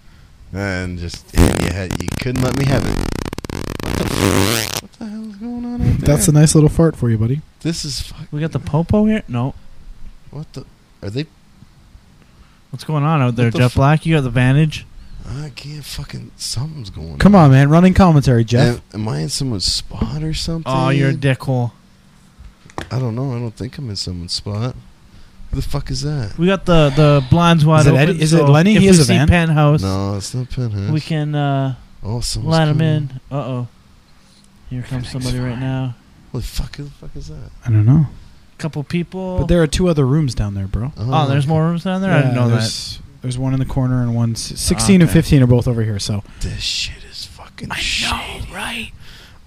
Speaker 2: and just you, had, you couldn't let me have it. What the hell is going on out there?
Speaker 1: That's a nice little fart for you, buddy.
Speaker 2: this is fuck.
Speaker 3: We got the popo here. No,
Speaker 2: What the? Are they?
Speaker 3: what's going on out there,
Speaker 2: the
Speaker 3: Jeff
Speaker 2: fu-
Speaker 3: Black? You got the vantage.
Speaker 2: I can't fucking. Something's going.
Speaker 1: Come on, man. Running commentary, Jeff.
Speaker 2: Am, am I in someone's spot or something?
Speaker 3: Oh, you're a dickhole.
Speaker 2: I don't know. I don't think I'm in someone's spot. Who the fuck is that?
Speaker 3: We got the the blinds wide
Speaker 1: Is it
Speaker 3: open.
Speaker 1: Eddie- is
Speaker 3: so
Speaker 1: it Lenny?
Speaker 3: If
Speaker 1: He
Speaker 3: we
Speaker 1: is a
Speaker 3: see
Speaker 1: van.
Speaker 3: penthouse,
Speaker 2: No, it's not Pinhead.
Speaker 3: we can. uh
Speaker 2: oh, someone's
Speaker 3: Let him
Speaker 2: coming.
Speaker 3: in. Uh oh. Here comes somebody right now.
Speaker 2: What the fuck? Who the fuck is that?
Speaker 1: I don't know.
Speaker 3: Couple people.
Speaker 1: But there are two other rooms down there, bro.
Speaker 3: oh, there's more rooms down there. I didn't
Speaker 1: Yeah,
Speaker 3: know that.
Speaker 1: there's, There's one in the corner and one. s- 16 and
Speaker 3: Okay.
Speaker 1: 15 are both over here, so.
Speaker 2: This shit is fucking shady.
Speaker 3: right?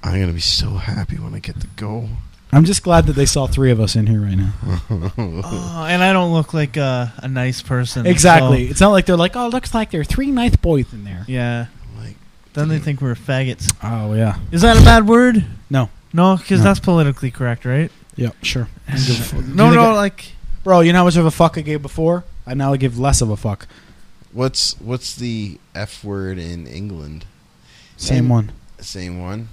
Speaker 2: I'm gonna be so happy when I get to go.
Speaker 1: I'm just glad that they saw three of us in here right now.
Speaker 3: Oh, and I don't look like a, a nice
Speaker 1: Oh.
Speaker 3: person.
Speaker 1: Exactly. It's not like they're like, oh, looks like there are three nice boys in there.
Speaker 3: so- yeah.
Speaker 2: like,
Speaker 3: Then
Speaker 1: Mm.
Speaker 3: they think we're faggots.
Speaker 1: Oh, yeah.
Speaker 3: Is that a bad word?
Speaker 1: No.
Speaker 3: No, because
Speaker 1: No.
Speaker 3: that's politically correct, right?
Speaker 1: Yep, sure.
Speaker 3: no, no, like
Speaker 1: Bro, you know how much of a fuck I gave before? I now give less of a fuck.
Speaker 2: what's what's the f word in England?
Speaker 1: Same
Speaker 2: And-
Speaker 1: one.
Speaker 2: Same one.
Speaker 3: is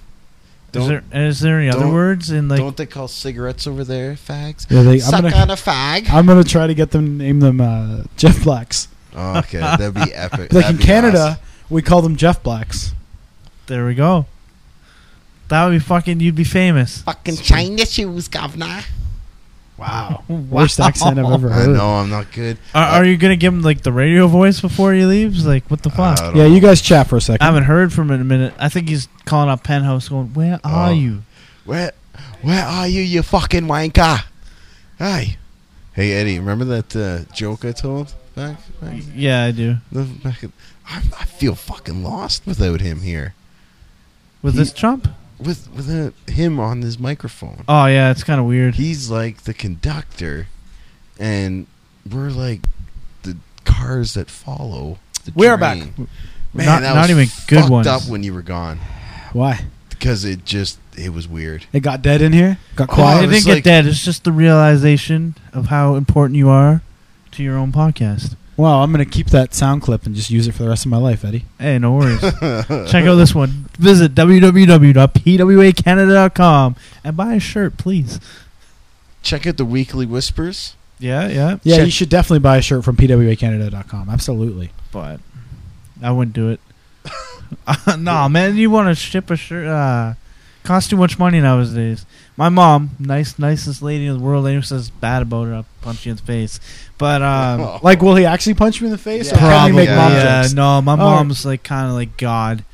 Speaker 2: Don't
Speaker 3: there is there any other
Speaker 2: don't-
Speaker 3: words in like
Speaker 2: don't they call cigarettes over there fags?
Speaker 1: Yeah, they,
Speaker 2: Suck
Speaker 1: I'm
Speaker 2: on
Speaker 1: gonna,
Speaker 2: a fag.
Speaker 1: I'm gonna try to get them name them uh, Jeff Blacks.
Speaker 2: Oh, okay, that'd be epic.
Speaker 1: Like
Speaker 2: That'd
Speaker 1: in
Speaker 2: be
Speaker 1: Canada, we call them Jeff Blacks.
Speaker 3: there we go. That would be fucking you'd be famous.
Speaker 4: Fucking China shoes, governor.
Speaker 1: Wow, worst accent I've ever
Speaker 2: awesome. I
Speaker 1: heard.
Speaker 2: know I'm not good.
Speaker 3: Are, are you gonna give him like the radio voice before he leaves? Like what the fuck?
Speaker 2: I don't
Speaker 1: Yeah, you
Speaker 2: know.
Speaker 1: guys chat for a second.
Speaker 3: I haven't heard from him in a minute. I think he's calling up Penthouse, going, "Where are
Speaker 2: Oh.
Speaker 3: you?"
Speaker 2: Where where are you, you fucking wanker? Hey, hey Eddie, remember that uh, joke I told back? back?
Speaker 3: Yeah, I do.
Speaker 2: The back of- I, I feel fucking lost without him here.
Speaker 3: With
Speaker 2: He-
Speaker 3: this Trump?
Speaker 2: With without him on this microphone.
Speaker 3: Oh yeah, it's kind of weird.
Speaker 2: He's like the conductor, and we're like the cars that follow. The
Speaker 1: We are back.
Speaker 2: train. Man,
Speaker 3: not
Speaker 2: that
Speaker 3: not
Speaker 2: was
Speaker 3: even good
Speaker 2: fucked
Speaker 3: ones.
Speaker 2: up when you were gone
Speaker 1: Why?
Speaker 2: because it just it was weird.
Speaker 1: It got dead in here. Got
Speaker 2: Oh,
Speaker 3: Well,
Speaker 1: quiet.
Speaker 3: it
Speaker 2: it's
Speaker 3: didn't get
Speaker 2: like-
Speaker 3: dead. It's just the realization of how important you are to your own podcast.
Speaker 1: Wow, I'm gonna keep that sound clip and just use it for the rest of my life, Eddie.
Speaker 3: Hey, no worries. Check out this one. Visit www.pwacanada.com and buy a shirt, please.
Speaker 2: Check out the weekly whispers.
Speaker 3: Yeah, yeah,
Speaker 1: Yeah,
Speaker 2: Check-
Speaker 1: you should definitely buy a shirt from pwacanada.com. Absolutely.
Speaker 3: But I wouldn't do it. Uh, nah, man, you want to ship a shirt? Uh, costs too much money nowadays. My mom, nice, nicest lady in the world, anyone says bad about her, I'll punch you in the face. But um,
Speaker 2: Oh.
Speaker 1: Like, will he actually punch me in the face?
Speaker 2: Yeah.
Speaker 1: Or can we
Speaker 3: probably,
Speaker 1: make mom
Speaker 3: yeah,
Speaker 1: jokes?
Speaker 3: no, my
Speaker 1: All right.
Speaker 3: mom's like kind of like God.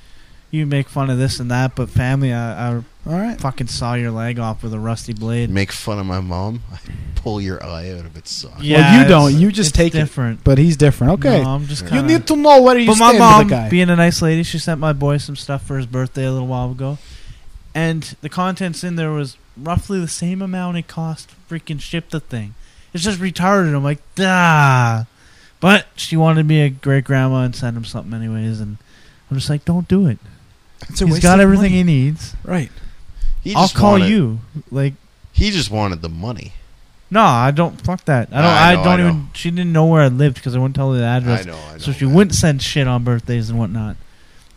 Speaker 3: You make fun of this and that, but family, I, I
Speaker 1: All right.
Speaker 3: fucking saw your leg off with a rusty blade.
Speaker 2: make fun of my mom. I pull your eye out of its socket.
Speaker 3: Yeah,
Speaker 1: well, you
Speaker 3: it's-
Speaker 1: don't. You just
Speaker 3: it's
Speaker 1: take it.
Speaker 3: different.
Speaker 1: But he's different. Okay.
Speaker 3: No, I'm just
Speaker 1: you
Speaker 3: kinda,
Speaker 1: need to know where you
Speaker 3: but my
Speaker 1: stand
Speaker 3: mom,
Speaker 1: with the guy.
Speaker 3: being a nice lady, she sent my boy some stuff for his birthday a little while ago, and the contents in there was roughly the same amount it cost to freaking ship the thing, It's just retarded. I'm like, ah. But she wanted to be a great grandma and send him something anyways, and I'm just like, don't do it.
Speaker 1: It's a
Speaker 3: He's
Speaker 1: waste
Speaker 3: got
Speaker 1: of
Speaker 3: everything
Speaker 1: money.
Speaker 3: he needs.
Speaker 1: Right.
Speaker 2: He
Speaker 3: I'll
Speaker 2: just
Speaker 3: call
Speaker 2: wanted-
Speaker 3: you. Like,
Speaker 2: He just wanted the money.
Speaker 3: no, I don't. Fuck that. I don't.
Speaker 2: I
Speaker 3: I,
Speaker 2: know, I
Speaker 3: don't
Speaker 2: know.
Speaker 3: even. She didn't know where I lived because I wouldn't tell her the address.
Speaker 2: I know. I know.
Speaker 3: so she
Speaker 2: man.
Speaker 3: wouldn't send shit on birthdays and whatnot.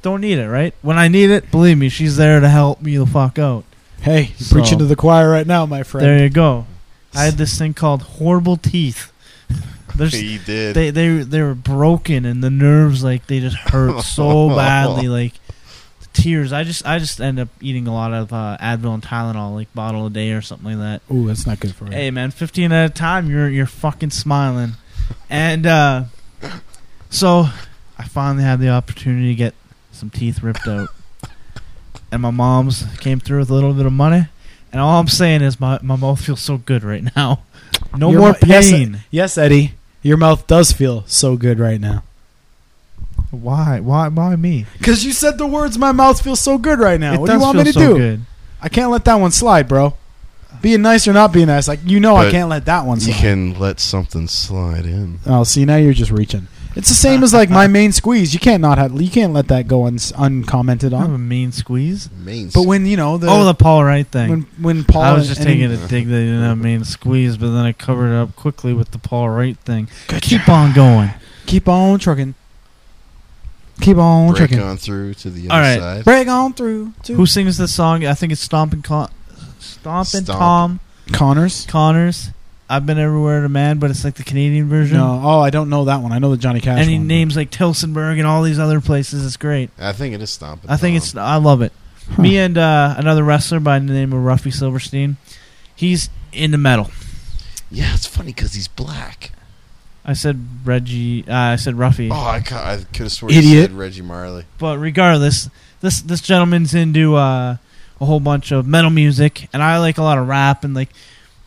Speaker 3: Don't need it, right? When I need it, believe me, she's there to help me the fuck out.
Speaker 1: Hey,
Speaker 3: So-
Speaker 1: preaching to the choir right now, my friend.
Speaker 3: There you go. I had this thing called horrible teeth. There's
Speaker 2: He did.
Speaker 3: they they they were broken and the nerves like they just hurt so badly like the tears i just i just end up eating a lot of uh, advil and tylenol like bottle a day or something like that
Speaker 1: Ooh, that's not good for you.
Speaker 3: hey man 15 at a time you're you're fucking smiling and uh so i finally had the opportunity to get some teeth ripped out and my mom's came through with a little bit of money and all i'm saying is my, my mouth feels so good right now no
Speaker 1: Your
Speaker 3: more
Speaker 1: mo- yes,
Speaker 3: pain
Speaker 1: Yes, Eddie, your mouth does feel so good right now. uh,
Speaker 3: why why why me
Speaker 1: Because you said the words, my mouth feels so good right now.
Speaker 3: It
Speaker 1: what do you
Speaker 3: does
Speaker 1: want
Speaker 3: feel
Speaker 1: me to
Speaker 3: so
Speaker 1: do?
Speaker 3: good.
Speaker 1: I can't let that one slide, bro. Being nice or not being nice, like you know, I
Speaker 2: But
Speaker 1: can't let that one
Speaker 2: You
Speaker 1: slide.
Speaker 2: can let something slide in.
Speaker 1: Oh, see, now you're just reaching. It's the same as like my main squeeze. You can't not have, you can't let that go un- uncommented
Speaker 3: I have
Speaker 1: on.
Speaker 3: a mean squeeze.
Speaker 2: Main
Speaker 1: But when you know the,
Speaker 3: oh, the Paul Wright thing.
Speaker 1: when when Paul
Speaker 3: I was just
Speaker 1: and-
Speaker 3: taking
Speaker 2: and-
Speaker 3: a dig that I didn't have a mean squeeze, but then I covered it up quickly with the Paul Wright thing.
Speaker 1: Good
Speaker 3: Keep on going.
Speaker 1: keep on trucking, keep on
Speaker 2: break
Speaker 1: trucking,
Speaker 2: on through to the
Speaker 3: All
Speaker 2: other
Speaker 3: right.
Speaker 2: side.
Speaker 1: break on through to
Speaker 3: Who sings this song? I think it's Stompin' Con- Stompin'
Speaker 2: Stompin'.
Speaker 3: Tom
Speaker 1: Connors.
Speaker 3: Connors. I've been everywhere to man, but it's like the Canadian version.
Speaker 1: No, oh, I don't know that one. I know the Johnny Cash.
Speaker 3: and he
Speaker 1: one, but-
Speaker 3: names like Tilsonburg and all these other places. It's great.
Speaker 2: I think it is stomping.
Speaker 3: I think
Speaker 2: Tom.
Speaker 3: it's. I love it. Me and uh, another wrestler by the name of Ruffy Silverstein. He's into metal.
Speaker 2: Yeah, it's funny because he's black.
Speaker 3: I said Reggie. Uh, I said Ruffy.
Speaker 2: Oh, I, ca- I could have sworn you
Speaker 1: Idiot.
Speaker 2: said Reggie Marley.
Speaker 3: But regardless, this this gentleman's into uh, a whole bunch of metal music, and I like a lot of rap and like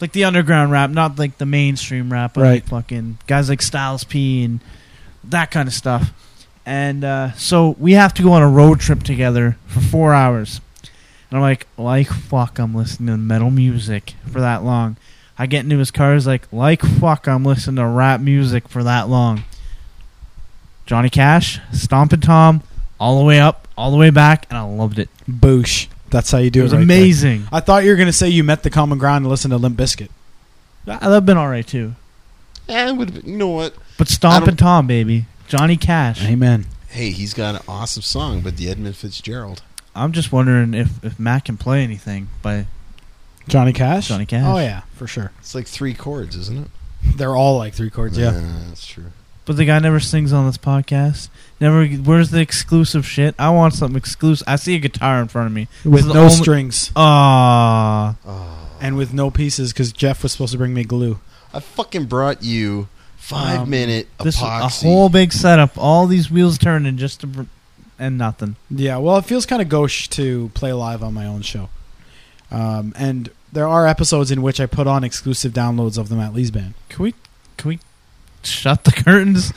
Speaker 3: like the underground rap, not like the mainstream rap. But
Speaker 1: Right.
Speaker 3: Like fucking guys like Styles P and that kind of stuff. And uh, so we have to go on a road trip together for four hours. And I'm like, like fuck, I'm listening to metal music for that long. I get into his car, he's like, like fuck, I'm listening to rap music for that long. Johnny Cash, Stompin' Tom, all the way up, all the way back, and I loved it.
Speaker 1: Boosh. That's how you do
Speaker 3: It
Speaker 1: it.
Speaker 3: was
Speaker 1: right there.
Speaker 3: amazing.
Speaker 1: I thought you were gonna say you met the common ground and listened to Limp Bizkit.
Speaker 3: That would have been all right too.
Speaker 2: Eh, it would've been- you know what?
Speaker 3: But
Speaker 2: I don't-
Speaker 3: Stompin' Tom, baby, Johnny Cash.
Speaker 1: Amen.
Speaker 2: Hey, he's got an awesome song, but the Edmund Fitzgerald.
Speaker 3: I'm just wondering if if Matt can play anything by
Speaker 1: Johnny Cash.
Speaker 3: Johnny Cash.
Speaker 1: Oh yeah, for sure.
Speaker 2: It's like three chords, isn't it?
Speaker 1: They're all like three chords. Yeah.
Speaker 2: that's true.
Speaker 3: But the guy never sings on this podcast. Never. Where's the exclusive shit? I want something exclusive. I see a guitar in front of me.
Speaker 1: With
Speaker 3: This is
Speaker 1: no
Speaker 3: the only-
Speaker 1: strings
Speaker 3: Ah,
Speaker 2: Oh,
Speaker 1: and with no pieces because Jeff was supposed to bring me glue.
Speaker 2: I fucking brought you five
Speaker 3: Um,
Speaker 2: minute
Speaker 3: this
Speaker 2: epoxy.
Speaker 3: is a whole big setup. All these wheels turning just to, br- and nothing.
Speaker 1: Yeah. Well, it feels kind of gauche to play live on my own show. Um, and there are episodes in which I put on exclusive downloads of the Matt Lees band.
Speaker 3: Can we? Can we? Shut the curtains.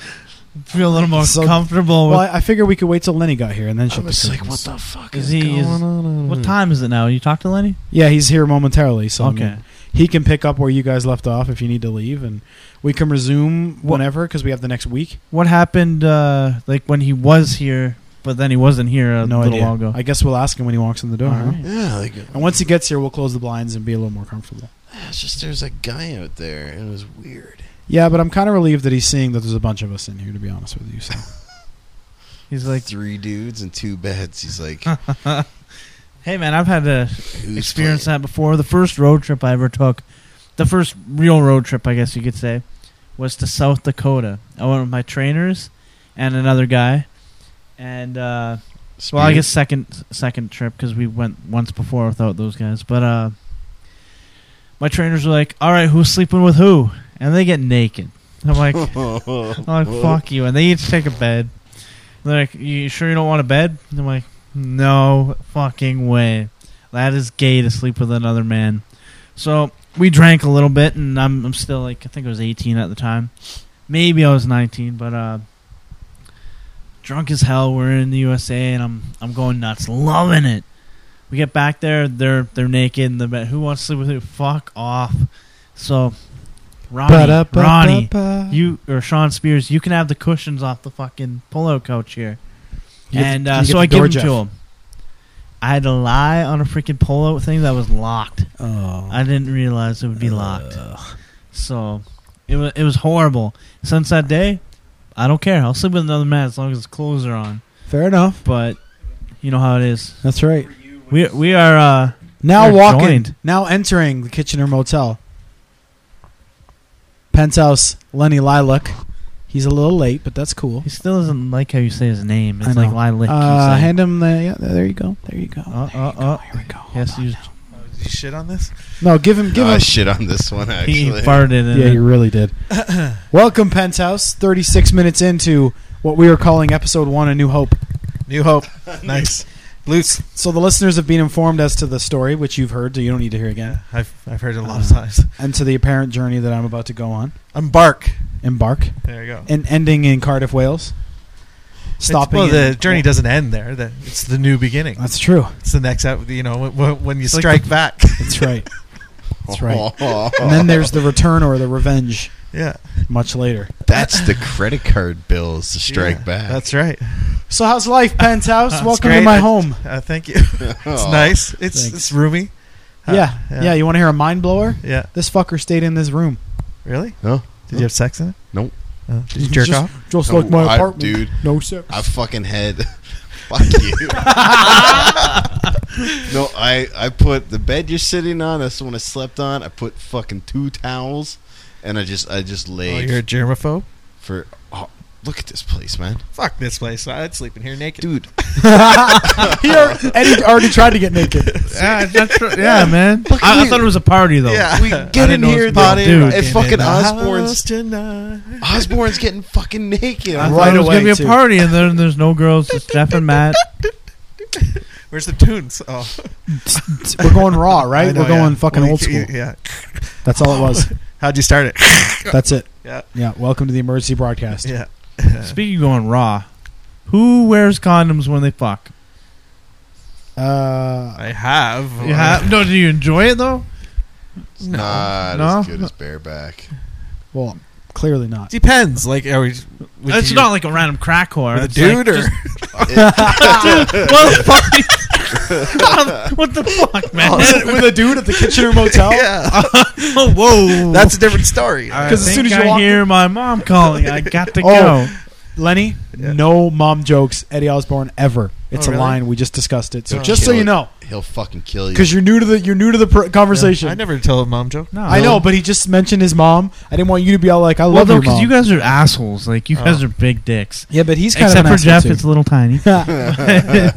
Speaker 3: Feel a little more
Speaker 1: So-
Speaker 3: comfortable.
Speaker 1: Well,
Speaker 3: with,
Speaker 1: I, I figure we could wait till Lenny got here and then
Speaker 2: I
Speaker 1: she'll.
Speaker 2: was like, what the fuck
Speaker 3: Is
Speaker 2: is,
Speaker 3: he-
Speaker 2: going
Speaker 3: is-
Speaker 2: on? Hmm.
Speaker 3: what time is it now? You talked to Lenny?
Speaker 1: Yeah, he's here momentarily. So I mean,
Speaker 3: okay.
Speaker 1: he can pick up where you guys left off if you need to leave, and we can resume whenever because we have the next week.
Speaker 3: What happened? Uh, like when he was here, but then he wasn't here a
Speaker 1: no
Speaker 3: little
Speaker 1: idea.
Speaker 3: while ago.
Speaker 1: I guess we'll ask him when he walks in the door.
Speaker 3: All
Speaker 1: huh?
Speaker 3: right.
Speaker 2: Yeah, like,
Speaker 1: And once he gets here, we'll close the blinds and be a little more comfortable.
Speaker 2: it's just there's a guy out there, and it was weird.
Speaker 1: Yeah, but I'm kind of relieved that he's seeing that there's a bunch of us in here. To be honest with you, so
Speaker 3: He's
Speaker 2: Like
Speaker 3: like,
Speaker 2: three dudes and two beds. He's like,
Speaker 3: "Hey man, I've had to
Speaker 2: who's
Speaker 3: experienced
Speaker 2: playing?
Speaker 3: that before. The first road trip I ever took, the first real road trip, I guess you could say, was to South Dakota. I went with my trainers and another guy, and uh, well, I
Speaker 2: Speed?
Speaker 3: guess second second trip because we went once before without those guys. But uh, my trainers were like, "All right, who's sleeping with who?" And they get naked. I'm like, I'm like, fuck you. And they each take a bed. And they're like, you sure you don't want a bed? And I'm like, no fucking way. That is gay to sleep with another man. So we drank a little bit, and I'm, I'm still like, I think I was 18 at the time. Maybe I was 19, but uh, drunk as hell. We're in the USA, and I'm I'm going nuts, loving it. We get back there, they're they're naked in the bed. Who wants to sleep with who? Fuck off. So Ronnie,
Speaker 1: Ba-da-ba-ba-ba.
Speaker 3: Ronnie, you or Sean Spears, you can have the cushions off the fucking polo couch here.
Speaker 1: You get
Speaker 3: and
Speaker 1: the-
Speaker 3: uh,
Speaker 1: you get
Speaker 3: so
Speaker 1: the
Speaker 3: I give
Speaker 1: door,
Speaker 3: them
Speaker 1: Jeff.
Speaker 3: to him. I had to lie on a freaking polo thing that was locked.
Speaker 1: Oh,
Speaker 3: I didn't realize it would be locked.
Speaker 1: Ugh.
Speaker 3: So it was it was horrible. Since that day, I don't care. I'll sleep with another man as long as his clothes are on.
Speaker 1: fair enough.
Speaker 3: But you know how it is.
Speaker 1: That's right.
Speaker 3: We we are uh
Speaker 1: Now
Speaker 3: They're
Speaker 1: walking,
Speaker 3: joined.
Speaker 1: now entering the Kitchener Motel. Penthouse Lenny Lilac. He's a little late, but that's cool.
Speaker 3: he still doesn't like how you say his name. It's
Speaker 1: I
Speaker 3: like
Speaker 1: know.
Speaker 3: Lilac.
Speaker 1: Uh, hand him the. Yeah, there you go. There you go.
Speaker 3: Uh,
Speaker 1: there
Speaker 3: uh,
Speaker 1: you go.
Speaker 3: uh.
Speaker 1: Here we go. Hold
Speaker 3: yes,
Speaker 1: on.
Speaker 3: you,
Speaker 5: Did you shit on this?
Speaker 1: No, give him. Give
Speaker 3: Uh,
Speaker 2: Give
Speaker 1: him.
Speaker 2: shit on this one,
Speaker 3: he
Speaker 2: actually.
Speaker 3: farted.
Speaker 1: yeah,
Speaker 3: Yeah,
Speaker 5: Uh-huh.
Speaker 1: you really did. Welcome, Penthouse. Thirty-six minutes into what we are calling Episode One, A New Hope.
Speaker 5: New Hope. nice. Loose.
Speaker 1: So the listeners have been informed as to the story, which you've heard, so you don't need to hear again,
Speaker 5: I've, I've heard it a lot of
Speaker 1: Uh,
Speaker 5: times.
Speaker 1: and to the apparent journey that I'm about to go on,
Speaker 5: Embark.
Speaker 1: embark,
Speaker 5: There you go.
Speaker 1: and ending in Cardiff, Wales. Stopping.
Speaker 5: It's, well,
Speaker 1: in-
Speaker 5: the journey doesn't end there. That it's the new beginning.
Speaker 1: That's true.
Speaker 5: It's the next. out- You know, when, when you
Speaker 1: It's like
Speaker 5: strike
Speaker 1: the-
Speaker 5: back.
Speaker 1: That's right. That's
Speaker 5: Oh.
Speaker 1: right. And
Speaker 2: and
Speaker 1: then there's the return or the revenge
Speaker 5: yeah.
Speaker 1: much later.
Speaker 2: That's the credit card bills to strike
Speaker 5: Yeah,
Speaker 2: back.
Speaker 5: That's right.
Speaker 1: So how's life, Penthouse?
Speaker 5: That's
Speaker 1: Welcome to
Speaker 5: great.
Speaker 1: my home.
Speaker 5: Uh, thank you. It's
Speaker 2: Oh.
Speaker 5: nice. It's
Speaker 1: Thanks.
Speaker 5: it's roomy. Uh,
Speaker 1: yeah. yeah. You want to hear a mind blower?
Speaker 5: Yeah.
Speaker 1: This fucker stayed in this room.
Speaker 5: Really?
Speaker 2: No.
Speaker 5: Did you have sex in it?
Speaker 2: Nope.
Speaker 5: Uh, did you jerk
Speaker 1: Just-
Speaker 5: off?
Speaker 1: Just
Speaker 2: No,
Speaker 1: like my
Speaker 2: I-
Speaker 1: apartment.
Speaker 2: dude.
Speaker 1: No sir.
Speaker 2: I fucking had. Fuck you. no, I I put the bed you're sitting on. That's the one I slept on. I put fucking two towels, and I just I just
Speaker 5: Oh,
Speaker 2: laid
Speaker 5: you're a germaphobe.
Speaker 2: for. Oh, look at this place, man,
Speaker 5: Fuck this place. I'd sleep in here naked.
Speaker 2: dude.
Speaker 1: he already, Eddie already tried to get naked.
Speaker 5: ah,
Speaker 3: yeah, that's true. yeah, man.
Speaker 2: Look
Speaker 3: I, I
Speaker 2: here.
Speaker 3: thought it was a party though.
Speaker 5: Yeah.
Speaker 2: We
Speaker 5: I
Speaker 2: get
Speaker 5: didn't
Speaker 2: in
Speaker 5: know it was
Speaker 2: here,
Speaker 5: a
Speaker 2: dude,
Speaker 5: big deal.
Speaker 2: and
Speaker 5: Dude.
Speaker 2: fucking
Speaker 5: The house
Speaker 2: Osborne's
Speaker 5: tonight.
Speaker 2: Osborne's getting fucking naked.
Speaker 3: I
Speaker 1: I'm
Speaker 3: thought
Speaker 1: Right
Speaker 3: it was
Speaker 1: away,
Speaker 3: gonna be a
Speaker 1: too.
Speaker 3: party, and then there's no girls, just Steph and Matt.
Speaker 5: Where's the tunes? Oh,
Speaker 1: We're going raw, right?
Speaker 5: I know,
Speaker 1: We're going
Speaker 5: yeah.
Speaker 1: fucking
Speaker 5: Well,
Speaker 1: old
Speaker 5: you-
Speaker 1: school.
Speaker 5: you- yeah.
Speaker 1: That's all it was.
Speaker 5: How'd you start it?
Speaker 1: That's it.
Speaker 5: Oh Yeah.
Speaker 1: Yeah. Welcome to the emergency broadcast.
Speaker 5: Yeah.
Speaker 3: Speaking of going raw, who wears condoms when they fuck?
Speaker 1: Uh,
Speaker 5: I have. Uh,
Speaker 3: You ha- no, do you enjoy it though?
Speaker 2: It's not
Speaker 3: No.
Speaker 2: as good as bareback.
Speaker 1: well, clearly not.
Speaker 5: Depends. Like, are we? with
Speaker 3: it's
Speaker 5: you-
Speaker 3: not like a random crack whore.
Speaker 5: with a
Speaker 3: It's like
Speaker 5: dude or
Speaker 3: just- dude, what the fuck? what the fuck, man?
Speaker 5: Oh,
Speaker 1: With a dude at the Kitchener Motel?
Speaker 5: yeah.
Speaker 3: Oh, whoa!
Speaker 5: That's a different story.
Speaker 3: I
Speaker 1: 'Cause as soon
Speaker 3: think
Speaker 1: as you
Speaker 3: I
Speaker 1: walk
Speaker 3: hear my mom calling, I got to
Speaker 1: Oh.
Speaker 3: go.
Speaker 1: Lenny,
Speaker 5: Yeah.
Speaker 1: no mom jokes, Eddie Osborne ever. It's
Speaker 5: Oh,
Speaker 1: a
Speaker 5: really?
Speaker 1: line we just discussed it. So
Speaker 5: Oh.
Speaker 1: just so
Speaker 2: Kill
Speaker 1: you
Speaker 2: it.
Speaker 1: know,
Speaker 2: He'll fucking kill you.
Speaker 1: because you're new to the you're new to the pr- conversation.
Speaker 5: uh, I never tell a mom joke.
Speaker 3: No,
Speaker 1: I know, but he just mentioned his mom. I didn't want you to be all like, "I
Speaker 3: Well,
Speaker 1: love
Speaker 3: though,
Speaker 1: your mom."
Speaker 3: because you guys are assholes. Like you
Speaker 5: Oh.
Speaker 3: guys are big dicks.
Speaker 1: yeah, but he's kind
Speaker 3: Except
Speaker 1: of
Speaker 3: for
Speaker 1: an
Speaker 3: Jeff,
Speaker 1: asshole,
Speaker 3: it's a little tiny.
Speaker 1: too.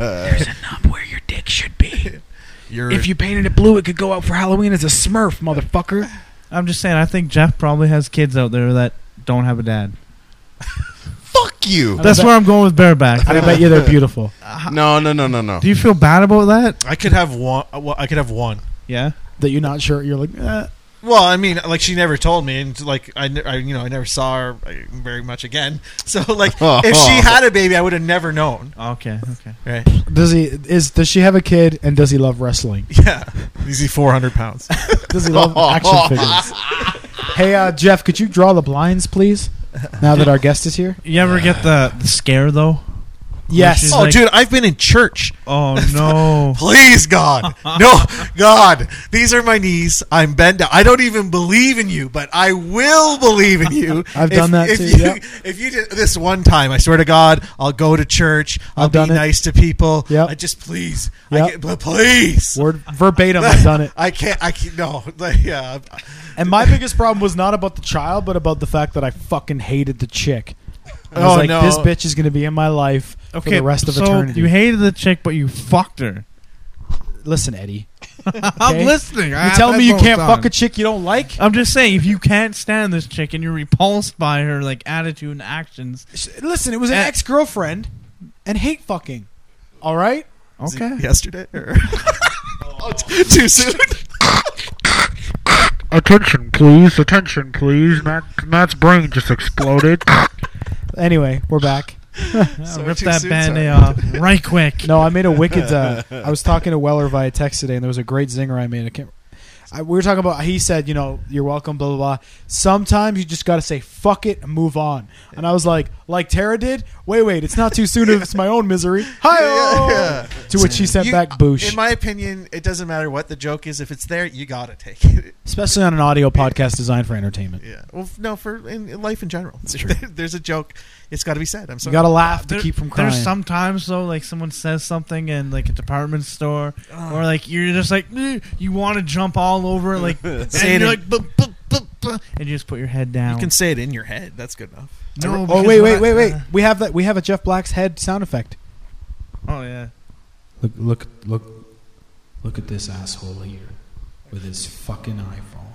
Speaker 4: Where your dick should be.
Speaker 5: You're
Speaker 1: if you painted it blue, it could go out for Halloween as a Smurf, motherfucker.
Speaker 3: I'm just saying. I think Jeff probably has kids out there that don't have a dad.
Speaker 2: Fuck you.
Speaker 1: I
Speaker 3: That's
Speaker 1: bet-
Speaker 3: where I'm going with bareback.
Speaker 1: I bet you they're beautiful.
Speaker 2: No, no, no, no, no.
Speaker 3: Do you feel bad about that?
Speaker 5: I could have one. uh, Well, I could have one.
Speaker 3: Yeah.
Speaker 1: That you're not sure. You're like, eh.
Speaker 5: Well, I mean, like she never told me, and like I, ne- I you know, I never saw her uh, very much again. So, like, if she had a baby, I would have never known.
Speaker 3: Okay. Okay.
Speaker 5: Right?
Speaker 1: does he is does she have a kid and does he love wrestling?
Speaker 5: Yeah, easy four hundred pounds.
Speaker 1: Does he love action figures? Hey, uh, Jeff, could you draw the blinds, please? Now that our guest is here.
Speaker 3: You ever get the, the scare though?
Speaker 1: Yes.
Speaker 3: She's
Speaker 5: oh,
Speaker 3: like-
Speaker 5: dude, I've been in church.
Speaker 3: Oh no.
Speaker 5: Please, God, no, God, these are my knees. I'm bent. down. I don't even believe in you, but I will believe in you.
Speaker 1: I've
Speaker 5: If-
Speaker 1: done that
Speaker 5: if
Speaker 1: too,
Speaker 5: You,
Speaker 1: yep.
Speaker 5: If you did this one time, I swear to God, I'll go to church. I'll
Speaker 1: I've
Speaker 5: be
Speaker 1: done it.
Speaker 5: nice to people.
Speaker 1: Yep.
Speaker 5: I just please,
Speaker 1: Yep.
Speaker 5: I get, but please.
Speaker 1: Word verbatim, I've done it.
Speaker 5: I can't. I can't. No. Like, yeah.
Speaker 1: And my biggest problem was not about the child, but about the fact that I fucking hated the chick. I was
Speaker 5: Oh,
Speaker 1: like,
Speaker 5: no.
Speaker 1: this bitch is gonna be in my life for the rest of
Speaker 3: so
Speaker 1: eternity.
Speaker 3: You hated the chick, but you fucked her.
Speaker 1: Listen, Eddie, Okay.
Speaker 3: I'm listening.
Speaker 1: you tell me you can't fuck a chick you don't like.
Speaker 3: I'm just saying, if you can't stand this chick and you're repulsed by her like attitude and actions,
Speaker 1: Sh- Listen, it was an
Speaker 3: Eh.
Speaker 1: ex girlfriend, and hate fucking. All right.
Speaker 3: okay,
Speaker 5: Yesterday. Or Oh, t- too soon.
Speaker 6: Attention, please. Attention, please. Matt, Matt's brain just exploded.
Speaker 1: Anyway, we're back.
Speaker 5: So
Speaker 3: rip
Speaker 5: too
Speaker 3: that
Speaker 5: soon,
Speaker 3: band aid
Speaker 5: sorry.
Speaker 3: off right quick.
Speaker 1: No, I made a wicked. Uh, I was talking to Weller via text today, and there was a great zinger I made. I can't. I, we were talking about. He said, you know, you're welcome, blah blah blah. Sometimes you just got to say fuck it and move on. And I was like, like Tara did. Wait, wait, it's not too soon. if it's my own misery. Hi.
Speaker 5: Yeah,
Speaker 1: To which she sent
Speaker 5: You-
Speaker 1: back, boosh.
Speaker 5: In my opinion, it doesn't matter what the joke is. If it's there, you gotta take it.
Speaker 1: Especially on an audio podcast designed for entertainment.
Speaker 5: Yeah. Well, f- no, for in, in life in general, If there's a joke. It's got to be said. I'm
Speaker 1: You
Speaker 5: sorry.
Speaker 1: got to laugh to
Speaker 3: There-
Speaker 1: keep from crying.
Speaker 3: There's sometimes though, like someone says something in like a department store,
Speaker 5: Ah.
Speaker 1: Uh.
Speaker 3: or like you're just like "Eh," you want to jump all over, it, like
Speaker 5: Say it
Speaker 3: and
Speaker 5: in-
Speaker 3: you're like, "Buh, buh, buh, buh," and you just put your head down.
Speaker 5: you can say it in your head. That's good enough.
Speaker 3: no,
Speaker 1: oh
Speaker 3: because
Speaker 1: wait,
Speaker 3: we're
Speaker 1: wait,
Speaker 3: not-
Speaker 1: wait, wait.
Speaker 3: uh,
Speaker 1: We have that. We have a Jeff Black's head sound effect.
Speaker 3: oh yeah,
Speaker 1: Look, look, look, look at this asshole here with his fucking iPhone.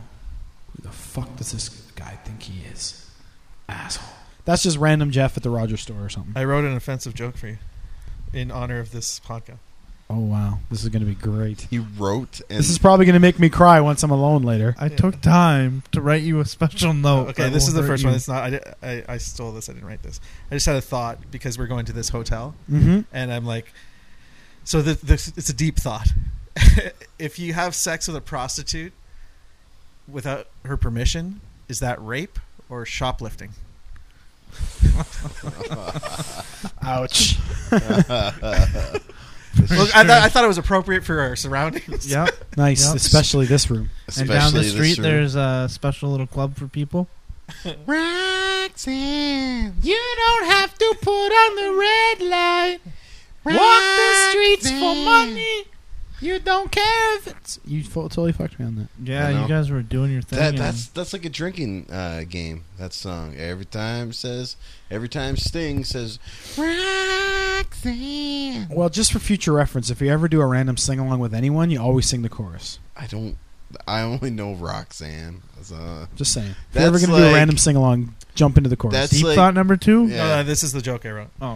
Speaker 1: Who the fuck does this guy think he is? Asshole. That's just random Jeff at the Rogers store or something.
Speaker 5: I wrote an offensive joke for you in honor of this podcast.
Speaker 1: Oh wow, this is gonna be great.
Speaker 2: He wrote and
Speaker 1: This is probably gonna make me cry once I'm alone later.
Speaker 3: I
Speaker 5: Yeah.
Speaker 3: took time to write you a special note.
Speaker 5: okay,
Speaker 3: that
Speaker 5: this
Speaker 3: will
Speaker 5: is the
Speaker 3: Oh, hurt
Speaker 5: first one.
Speaker 3: you.
Speaker 5: It's not. I, di- I I stole this. I didn't write this. I just had a thought because we're going to this hotel.
Speaker 1: Mm-hmm.
Speaker 5: and I'm like, so the, this it's a deep thought. if you have sex with a prostitute without her permission, is that rape or shoplifting?
Speaker 1: Ouch.
Speaker 5: Look, I, thought I thought it was appropriate for our surroundings.
Speaker 3: Yep.
Speaker 1: Nice,
Speaker 3: Yep.
Speaker 1: especially this room.
Speaker 3: and down the
Speaker 2: especially this
Speaker 3: street,
Speaker 2: room.
Speaker 3: there's a special little club for people.
Speaker 7: Roxanne, you don't have to put on the red light. Walk the streets for money.
Speaker 1: You don't care if it's you fo- totally fucked me on that.
Speaker 2: I
Speaker 3: Yeah,
Speaker 2: know.
Speaker 3: you guys were doing your thing.
Speaker 2: That,
Speaker 3: and-
Speaker 2: that's that's like a drinking uh, game. That song every time says every time Sting says
Speaker 7: Roxanne.
Speaker 1: Well, just for future reference, if you ever do a random sing along with anyone, you always sing the chorus.
Speaker 2: I don't I only know Roxanne. That's, uh,
Speaker 1: Just saying. If you're ever
Speaker 2: That's
Speaker 1: gonna do a
Speaker 2: like-
Speaker 1: random sing along, jump into the chorus.
Speaker 2: that's
Speaker 3: deep
Speaker 2: like
Speaker 3: thought number two.
Speaker 5: No,
Speaker 2: yeah.
Speaker 5: no, this is the joke I wrote.
Speaker 3: Oh,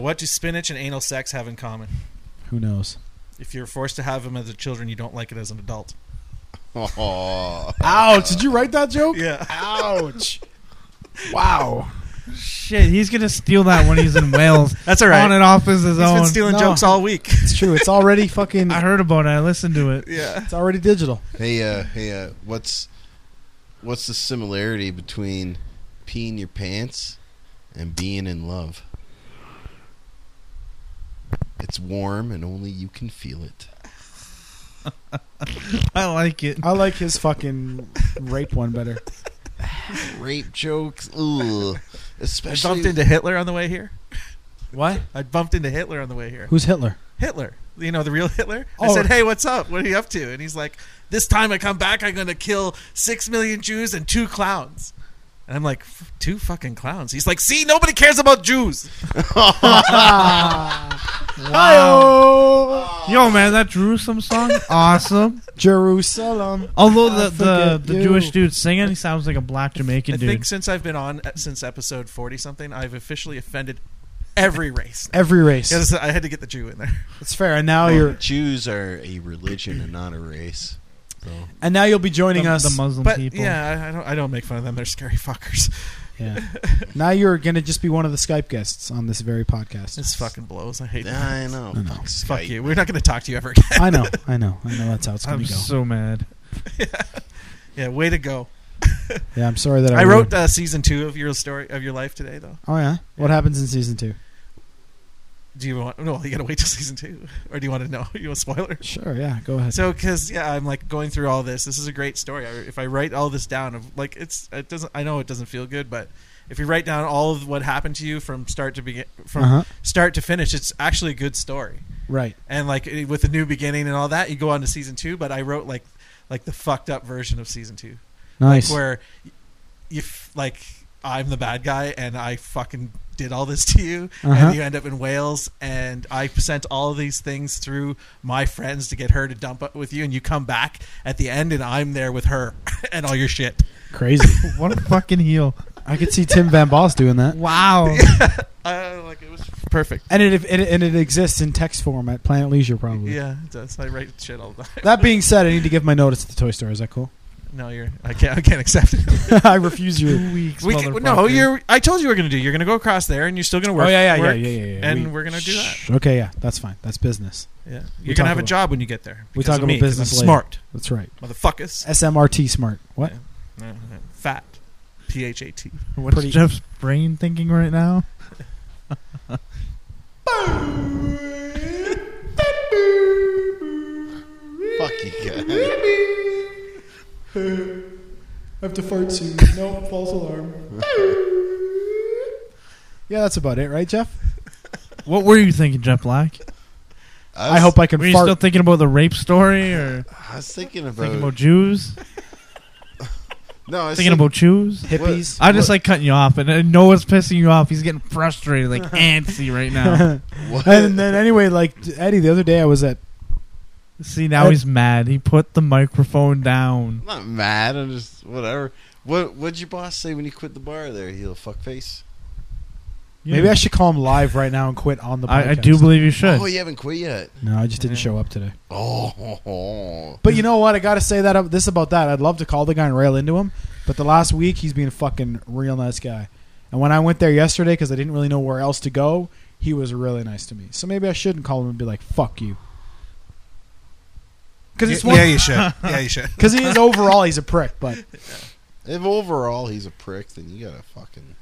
Speaker 5: what do spinach and anal sex have in common?
Speaker 1: Who knows?
Speaker 5: If you're forced to have them as a children, you don't like it as an adult.
Speaker 2: Aw.
Speaker 1: Ouch! Did you write that joke?
Speaker 5: Yeah.
Speaker 1: Ouch! Wow.
Speaker 3: shit! He's gonna steal that when he's in Wales.
Speaker 5: That's all right.
Speaker 3: On and off is his
Speaker 5: He's
Speaker 3: own.
Speaker 5: been stealing
Speaker 1: No.
Speaker 5: jokes all week.
Speaker 1: It's true. It's already fucking.
Speaker 3: I heard about it. I listened to it.
Speaker 5: Yeah.
Speaker 1: It's already digital.
Speaker 2: Hey uh hey uh what's what's the similarity between peeing your pants and being in love? It's warm and only you can feel it.
Speaker 3: I like it.
Speaker 1: I like his fucking rape one better.
Speaker 2: Rape jokes, ugh.
Speaker 5: I
Speaker 2: Especially
Speaker 5: bumped into Hitler on the way here.
Speaker 1: What?
Speaker 5: I bumped into Hitler on the way here.
Speaker 1: Who's Hitler?
Speaker 5: Hitler, you know, the real Hitler. I
Speaker 1: Oh.
Speaker 5: said, "Hey, what's up? What are you up to?" And he's like, "This time I come back, I'm gonna kill six million Jews and two clowns." And I'm like, "F- two fucking clowns." He's like, "See, nobody cares about Jews."
Speaker 1: Hi-oh!
Speaker 3: Yo, man, that Jerusalem song, awesome.
Speaker 1: Jerusalem.
Speaker 3: Although
Speaker 1: I
Speaker 3: the the,
Speaker 1: forget
Speaker 3: the
Speaker 1: you.
Speaker 3: Jewish dude singing, he sounds like a black Jamaican
Speaker 5: I
Speaker 3: dude.
Speaker 5: think since I've been on uh, since episode forty something, I've officially offended every race.
Speaker 1: Every race.
Speaker 5: Yes, I had to get the Jew in there.
Speaker 1: It's fair. And now
Speaker 2: Well,
Speaker 1: you're.
Speaker 2: Jews are a religion and not a race. So
Speaker 1: And now you'll be joining
Speaker 3: the,
Speaker 1: us.
Speaker 3: the Muslim
Speaker 5: But
Speaker 3: people.
Speaker 5: yeah, I- I don't. I don't make fun of them. They're scary fuckers.
Speaker 1: yeah. Now you're gonna just be one of the Skype guests on this very podcast.
Speaker 5: This fucking blows. I hate.
Speaker 2: Yeah,
Speaker 5: them.
Speaker 2: I know.
Speaker 1: I know.
Speaker 2: Fuck Skype.
Speaker 5: Fuck you. We're not gonna talk to you ever again.
Speaker 1: I know. I know. I know. That's how it's gonna
Speaker 3: I'm
Speaker 1: go.
Speaker 3: so mad.
Speaker 5: Yeah, way to go.
Speaker 1: yeah. I'm sorry that I,
Speaker 5: I wrote
Speaker 1: ruined-
Speaker 5: uh, season two of your story of your life today, though.
Speaker 1: Oh yeah. What happens in season two?
Speaker 5: Do you want? No, you gotta wait till season two, or do you want to know? You want a spoiler?
Speaker 1: Sure. Yeah. Go ahead.
Speaker 5: So, because yeah, I'm like going through all this. This is a great story. I, if I write all this down, of like it's it doesn't. I know it doesn't feel good, but if you write down all of what happened to you from start to begin, from
Speaker 1: Uh-huh.
Speaker 5: start to finish, it's actually a good story.
Speaker 1: Right.
Speaker 5: And like it- with the new beginning and all that, you go on to season two. But I wrote like like the fucked up version of season two,
Speaker 1: Nice.
Speaker 5: where if like I'm the bad guy and I fucking did all this to you,
Speaker 1: Uh-huh.
Speaker 5: and you end up in Wales, and I sent all these things through my friends to get her to dump up with you, and you come back at the end, and I'm there with her and all your shit.
Speaker 1: Crazy.
Speaker 3: What a fucking heel.
Speaker 1: I could see Tim Van Boss doing that.
Speaker 3: Wow.
Speaker 5: Uh, like it was perfect.
Speaker 1: And it, it and it exists in text form at Planet Leisure, probably.
Speaker 5: Yeah, it does. I write shit all the time.
Speaker 1: That being said, I need to give my notice to the toy store. Is that cool?
Speaker 5: No, you're. I can't. I can't accept it.
Speaker 1: I refuse your.
Speaker 3: Two weeks.
Speaker 5: We can, no,
Speaker 3: motherfucker.
Speaker 5: you're. I told you we we're gonna do. You're gonna go across there, and you're still gonna work.
Speaker 1: oh yeah, yeah, yeah,
Speaker 5: work,
Speaker 1: yeah, yeah, yeah.
Speaker 5: And we, are gonna do that.
Speaker 1: Shh, Okay, yeah, that's fine. That's business.
Speaker 5: Yeah,
Speaker 1: we
Speaker 5: you're gonna
Speaker 1: talk
Speaker 5: have a
Speaker 1: about-
Speaker 5: job when you get there.
Speaker 1: we
Speaker 5: because
Speaker 1: talk
Speaker 5: of
Speaker 1: about
Speaker 5: me, 'cause
Speaker 1: business
Speaker 5: I'm
Speaker 1: later.
Speaker 5: smart,
Speaker 1: That's right.
Speaker 5: motherfuckers.
Speaker 1: SMRT smart. What?
Speaker 5: Yeah. Uh, Fat, P H A T.
Speaker 3: What's
Speaker 1: pretty-
Speaker 3: Jeff's brain thinking right now?
Speaker 2: Fuck you guys.
Speaker 1: I have to fart soon. No false alarm. yeah, that's about it, right, Jeff?
Speaker 3: What were you thinking, Jeff Black?
Speaker 1: I hope I can
Speaker 3: Were you
Speaker 1: fart.
Speaker 3: still thinking about the rape story or
Speaker 2: I was thinking about.
Speaker 3: thinking about Jews?
Speaker 2: no, I was
Speaker 3: Thinking about Jews?
Speaker 1: Hippies.
Speaker 3: I just like cutting you off, and I know it's pissing you off. He's getting frustrated, like antsy right now.
Speaker 2: What?
Speaker 1: and then anyway, like Eddie, the other day I was at.
Speaker 3: See,
Speaker 1: Uh,
Speaker 3: now he's mad. He put the microphone down.
Speaker 2: I'm not mad. I'm just whatever. What What'd your boss say when he quit the bar? There, he little fuckface.
Speaker 1: Maybe I should call him live right now and quit on the. Podcast.
Speaker 3: I, I do believe you should.
Speaker 2: Oh, you haven't quit yet.
Speaker 1: No, I just didn't
Speaker 5: Yeah.
Speaker 1: show up today.
Speaker 2: Oh,
Speaker 1: But you know what? I got to say that up- this about that. I'd love to call the guy and rail into him, but the last week he's been a fucking real nice guy. And when I went there yesterday because I didn't really know where else to go, he was really nice to me. So maybe I shouldn't call him and be like, "Fuck you," because it's
Speaker 5: yeah,
Speaker 1: one.
Speaker 5: yeah, you should. Yeah, you should.
Speaker 1: Because he is overall, he's a prick. But
Speaker 2: if overall he's a prick, then you gotta fucking.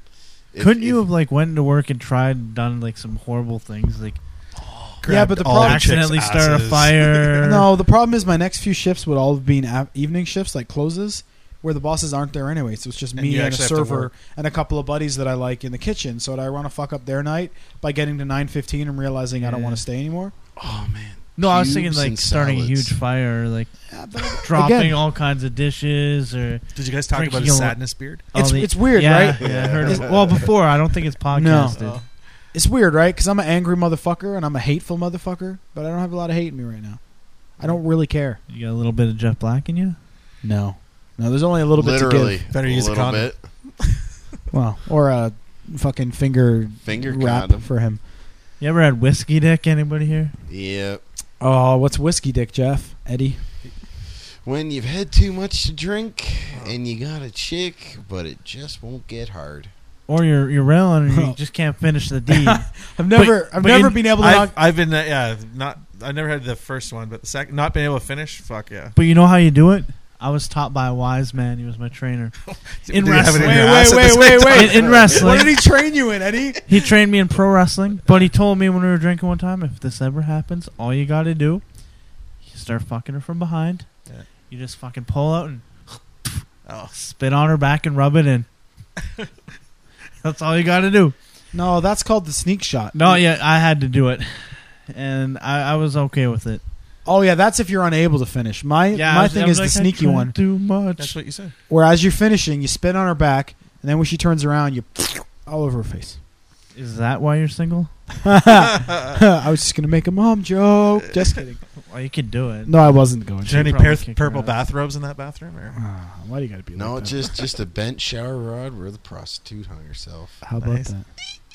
Speaker 2: if-
Speaker 3: Couldn't you
Speaker 2: if-
Speaker 3: have like went into work and tried and done like some horrible things, like
Speaker 1: Yeah, but the
Speaker 5: Grabbed all
Speaker 1: problem-
Speaker 5: chicks'
Speaker 3: accidentally start a
Speaker 5: asses.
Speaker 3: fire?
Speaker 1: no, the problem is my next few shifts would all have been av- evening shifts, like closes, where the bosses aren't there anyway. So it's just
Speaker 5: And
Speaker 1: me
Speaker 5: you
Speaker 1: and, a
Speaker 5: actually have to
Speaker 1: server
Speaker 5: work.
Speaker 1: and a couple of buddies that I like in the kitchen. So do I want to fuck up their night by getting to nine fifteen and realizing I don't
Speaker 3: Yeah.
Speaker 1: want to stay anymore?
Speaker 2: Oh man.
Speaker 3: no. I was thinking
Speaker 2: Cubes
Speaker 3: like
Speaker 2: and
Speaker 3: starting a
Speaker 2: salads.
Speaker 3: huge fire, like
Speaker 1: Yeah, but
Speaker 3: dropping
Speaker 1: Again.
Speaker 3: all kinds of dishes or
Speaker 5: Did you guys talk
Speaker 3: Drinking
Speaker 5: about his
Speaker 3: a lot.
Speaker 5: sadness beard?
Speaker 3: all
Speaker 1: It's-
Speaker 3: the-
Speaker 1: it's weird,
Speaker 3: yeah,
Speaker 1: right?
Speaker 3: Yeah, I heard it. well before I don't think it's podcasted.
Speaker 5: Oh.
Speaker 1: It's weird, right? Because I'm an angry motherfucker and I'm a hateful motherfucker, but I don't have a lot of hate in me right now. I don't really care.
Speaker 3: You got a little bit of Jeff Black in you.
Speaker 1: No, no. There's only a little bit to
Speaker 2: Literally,
Speaker 1: give.
Speaker 5: Better use a
Speaker 2: little
Speaker 5: condom.
Speaker 2: bit.
Speaker 1: Well, or a fucking finger
Speaker 2: Finger
Speaker 1: wrap
Speaker 2: condom.
Speaker 1: for him.
Speaker 3: You ever had whiskey dick? Anybody here?
Speaker 2: Yeah.
Speaker 1: Oh, what's whiskey dick, Jeff? Eddie?
Speaker 2: When you've had too much to drink and you got a chick, but it just won't get hard.
Speaker 3: Or you're you're railing and you just can't finish the deed.
Speaker 1: I've never, I've
Speaker 3: but
Speaker 1: never
Speaker 3: in-
Speaker 1: been able to.
Speaker 5: I've,
Speaker 1: knock-
Speaker 5: I've been uh, yeah not I never had the first one but the second not been able to finish fuck yeah
Speaker 3: but you know how you do it. I was taught by a wise man. He was my trainer in
Speaker 5: Did you have it
Speaker 3: wrestling.
Speaker 5: in your ass at the same time?
Speaker 1: wait.
Speaker 3: In, in wrestling,
Speaker 1: What did he train you in, Eddie?
Speaker 3: He trained me in pro wrestling, but he told me when we were drinking one time, if this ever happens, all you gotta do, you start fucking her from behind.
Speaker 5: Yeah.
Speaker 3: You just fucking pull out and
Speaker 5: Oh,
Speaker 3: spit on her back and rub it in. That's all you gotta do.
Speaker 1: No, that's called the sneak shot.
Speaker 3: No, yeah, I had to do it, and I, I was okay with it.
Speaker 1: Oh yeah, that's if you're unable to finish. My
Speaker 3: Yeah, I
Speaker 1: my
Speaker 3: was- I
Speaker 1: thing
Speaker 3: was
Speaker 1: is the
Speaker 3: like, I
Speaker 1: sneaky
Speaker 3: drank
Speaker 1: one,
Speaker 3: Too
Speaker 5: that's
Speaker 3: much.
Speaker 5: what you said.
Speaker 1: where as you're finishing, you spin on her back, and then when she turns around, you all over her face.
Speaker 3: Is that why you're single?
Speaker 1: I was just gonna make a mom joke. Just kidding.
Speaker 3: Well, you could do it.
Speaker 1: No, I wasn't going.
Speaker 5: Is
Speaker 1: to.
Speaker 5: there any
Speaker 3: probably
Speaker 5: pur-
Speaker 3: kick
Speaker 5: purple
Speaker 3: your ass.
Speaker 5: bathrobes in that bathroom? Or?
Speaker 1: Ah, why do you gotta be?
Speaker 2: No,
Speaker 1: like that?
Speaker 2: just just a bent shower rod where the prostitute hung herself.
Speaker 1: how about
Speaker 5: Nice.
Speaker 1: that?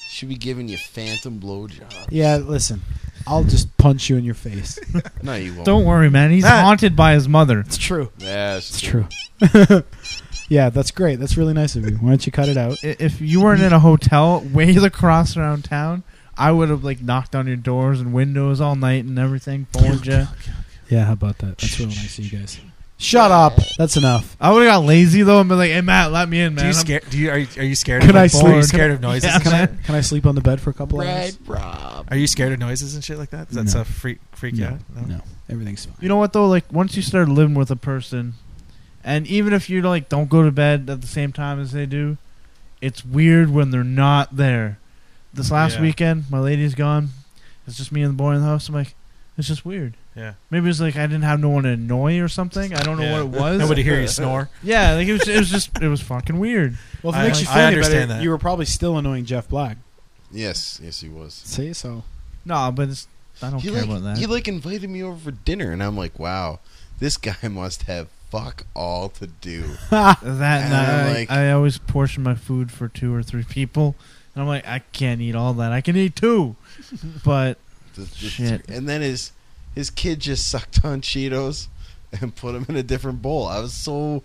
Speaker 2: Should be giving you phantom blowjobs.
Speaker 1: Yeah, listen, I'll just punch you in your face.
Speaker 2: No, you won't.
Speaker 3: Don't worry, man. He's
Speaker 5: That-
Speaker 3: haunted by his mother.
Speaker 1: It's true.
Speaker 2: Yeah, it's
Speaker 1: It's true. yeah, that's great. That's really nice of you. Why don't you cut it out?
Speaker 3: I- if you weren't in a hotel way across around town, I would have like knocked on your doors and windows all night and everything, phoned you.
Speaker 1: Yeah, how about that? That's really nice of you guys. Shut up. That's enough.
Speaker 3: I would have got lazy though and been like, "Hey Matt, let me in,
Speaker 5: Do you
Speaker 3: man." I'm-
Speaker 5: scare? Do you are you, are you scared?
Speaker 1: Can
Speaker 5: of
Speaker 1: I
Speaker 5: like,
Speaker 1: sleep?
Speaker 5: Are you
Speaker 1: Can
Speaker 5: scared of noises?
Speaker 3: Yeah.
Speaker 5: and
Speaker 1: Can I
Speaker 5: shit?
Speaker 1: can I sleep on the bed for a couple
Speaker 2: Red
Speaker 1: hours?
Speaker 2: Rob.
Speaker 5: Are you scared of noises and shit like that? Does that
Speaker 1: No.
Speaker 5: stuff freak freak you out?
Speaker 1: No, everything's fine.
Speaker 3: you know what though? Like once you start living with a person, and even if you like don't go to bed at the same time as they do, it's weird when they're not there. This last
Speaker 5: Yeah.
Speaker 3: weekend, my lady's gone. It's just me and the boy in the house. I'm like, it's just weird.
Speaker 5: Yeah.
Speaker 3: Maybe it's like I didn't have no one to annoy or something. I don't know
Speaker 5: Yeah.
Speaker 3: what it was.
Speaker 5: Nobody hear you snore.
Speaker 3: Yeah, like it was. It was just. It was fucking weird.
Speaker 1: Well, if it
Speaker 5: I-
Speaker 1: makes you
Speaker 5: I
Speaker 1: feel any better,
Speaker 5: understand that.
Speaker 1: you were probably still annoying Jeff Black.
Speaker 2: Yes, yes, he was.
Speaker 1: See, so
Speaker 3: No, but it's, I don't
Speaker 2: he
Speaker 3: care
Speaker 2: like,
Speaker 3: about that.
Speaker 2: He like invited me over for dinner, and I'm like, wow, this guy must have fuck all to do.
Speaker 3: that
Speaker 2: And
Speaker 3: and I,
Speaker 2: like-
Speaker 3: I always portion my food for two or three people, and I'm like, I can't eat all that. I can eat two, but
Speaker 2: The- the-
Speaker 3: Shit.
Speaker 2: And then his his kid just sucked on Cheetos and put him in a different bowl. I was so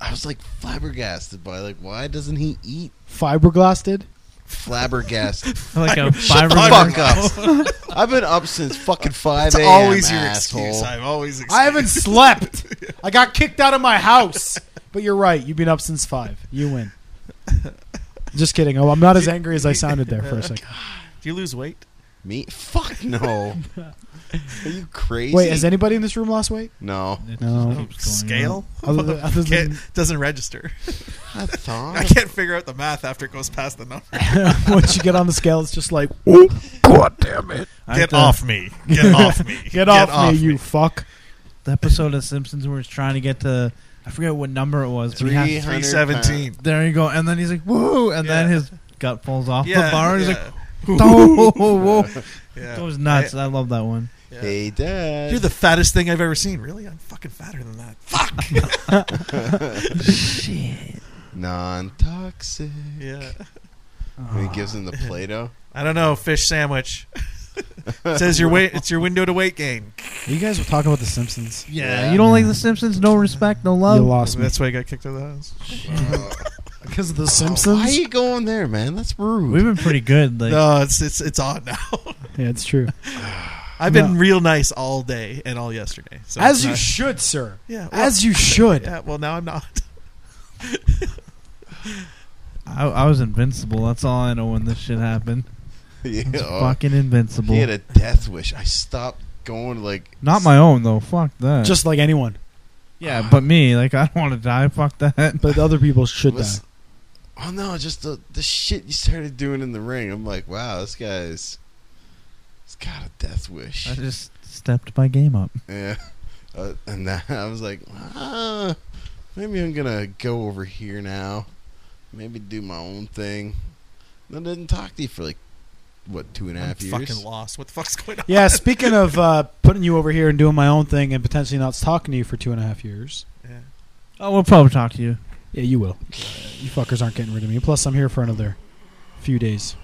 Speaker 2: I was like flabbergasted by like why doesn't he eat
Speaker 1: Fiberglass did.
Speaker 2: flabbergasted?
Speaker 3: Like a
Speaker 2: Shut the
Speaker 3: fiber-
Speaker 2: fuck up! I've been up since fucking five
Speaker 5: It's
Speaker 2: a.m.
Speaker 5: always your
Speaker 2: asshole.
Speaker 5: excuse. I've always. Excuse.
Speaker 1: I haven't slept. I got kicked out of my house. But you're right. You've been up since five. You win. Just kidding. Oh, I'm not as angry as I sounded there for a second.
Speaker 5: Do you lose weight?
Speaker 2: Me? Fuck no! Are you crazy?
Speaker 1: Wait, has anybody in this room lost weight?
Speaker 2: no.
Speaker 1: No.
Speaker 5: Scale
Speaker 1: Other than- other than-
Speaker 5: Can't- doesn't register.
Speaker 2: I thought.
Speaker 5: I can't figure out the math after it goes past the number.
Speaker 1: Once you get on the scale, it's just like
Speaker 3: I like
Speaker 5: Get
Speaker 3: the,
Speaker 5: off me! Get off me!
Speaker 1: get, off, me, you fuck.
Speaker 3: the episode of Simpsons where he's trying to get to I forget what number it was. but he had-
Speaker 2: 300
Speaker 5: 317.
Speaker 3: there you go, and then he's like, "Woo!" and then
Speaker 5: Yeah.
Speaker 3: his gut falls off
Speaker 5: Yeah,
Speaker 3: the bar. He's
Speaker 5: yeah,
Speaker 3: like, "Oh, whoa, whoa.
Speaker 5: yeah.
Speaker 3: that was nuts!" I love that one.
Speaker 5: Yeah.
Speaker 2: Hey, Dad.
Speaker 5: You're the fattest thing I've ever seen. Really? I'm fucking fatter than that. Fuck.
Speaker 2: non-toxic.
Speaker 5: yeah.
Speaker 2: And he gives him the Play-Doh.
Speaker 5: I don't know. Fish sandwich. It says your weight. It's your window to weight gain.
Speaker 1: You guys were talking about The Simpsons.
Speaker 3: Yeah, you don't like The Simpsons? No respect, no
Speaker 1: You
Speaker 3: love.
Speaker 1: lost me
Speaker 5: That's why I got kicked out of the house.
Speaker 1: because of The
Speaker 2: Why are
Speaker 1: Simpsons.
Speaker 2: you going there, man? That's rude.
Speaker 3: We've been pretty good. Like,
Speaker 5: No, it's it's it's on now.
Speaker 1: Yeah, it's true.
Speaker 5: I've
Speaker 1: No.
Speaker 5: been real nice all day and all yesterday. So
Speaker 1: As
Speaker 5: it's
Speaker 1: you
Speaker 5: not-
Speaker 1: should, sir.
Speaker 5: yeah, well,
Speaker 1: As you should.
Speaker 5: yeah. Well, now I'm not.
Speaker 3: I, I was invincible. That's all I know when this shit happened.
Speaker 2: Yeah. Oh,
Speaker 3: I was fucking invincible.
Speaker 2: He had a death wish. I stopped going like
Speaker 3: Not my own though. Fuck that.
Speaker 1: Just like anyone,
Speaker 3: yeah, but me. Like, I don't want to die. Fuck that.
Speaker 1: but other people should die.
Speaker 2: was- Oh no, just the the shit you started doing in the ring. I'm like, wow, this guy's he's got a death wish.
Speaker 3: I just stepped my game up.
Speaker 2: yeah, uh, and that, I was like, ah, maybe I'm gonna go over here now. Maybe do my own thing. And I didn't talk to you for like what two and a
Speaker 5: I'm
Speaker 2: half years.
Speaker 5: fucking lost. What the fuck's going on?
Speaker 1: Yeah, speaking of uh, putting you over here and doing my own thing and potentially not talking to you for two and a half years.
Speaker 5: Yeah.
Speaker 3: Oh, we'll probably talk to you.
Speaker 1: Yeah, you will. You fuckers aren't getting rid of me. Plus, I'm here for another few days.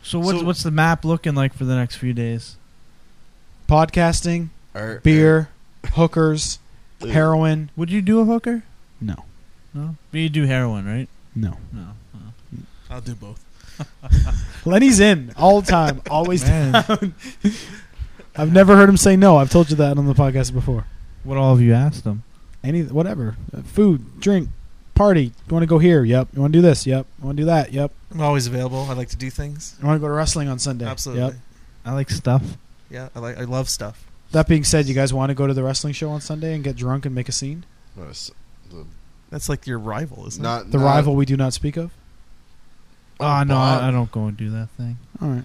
Speaker 3: So what's
Speaker 5: So-
Speaker 3: what's the map looking like for the next few days?
Speaker 1: Podcasting,
Speaker 2: Or-
Speaker 1: beer, hookers,
Speaker 2: or-
Speaker 1: heroin.
Speaker 3: Would you do a hooker?
Speaker 1: No,
Speaker 3: No. But you do heroin, right?
Speaker 1: no.
Speaker 3: No. no.
Speaker 5: I'll do both.
Speaker 1: Lenny's in all the time, always.
Speaker 3: Man,
Speaker 1: I've never heard him say no. I've told you that on the podcast before.
Speaker 3: what all have you asked them?
Speaker 1: Any whatever, Uh, food, drink, party. You want to go here? Yep. You want to do this? Yep. You want to do that? Yep.
Speaker 5: I'm always available. I like to do things.
Speaker 1: You want to go to wrestling on Sunday?
Speaker 5: Absolutely.
Speaker 1: Yep.
Speaker 3: I like stuff.
Speaker 5: Yeah. I like. I love stuff.
Speaker 1: That being said, you guys want to go to the wrestling show on Sunday and get drunk and make a scene?
Speaker 2: what is- the-
Speaker 5: That's like your rival, isn't it?
Speaker 2: not
Speaker 1: The
Speaker 2: not-
Speaker 1: rival we do not speak of.
Speaker 3: Oh, no,
Speaker 2: Bob.
Speaker 3: I, I don't go and do that thing.
Speaker 1: All right.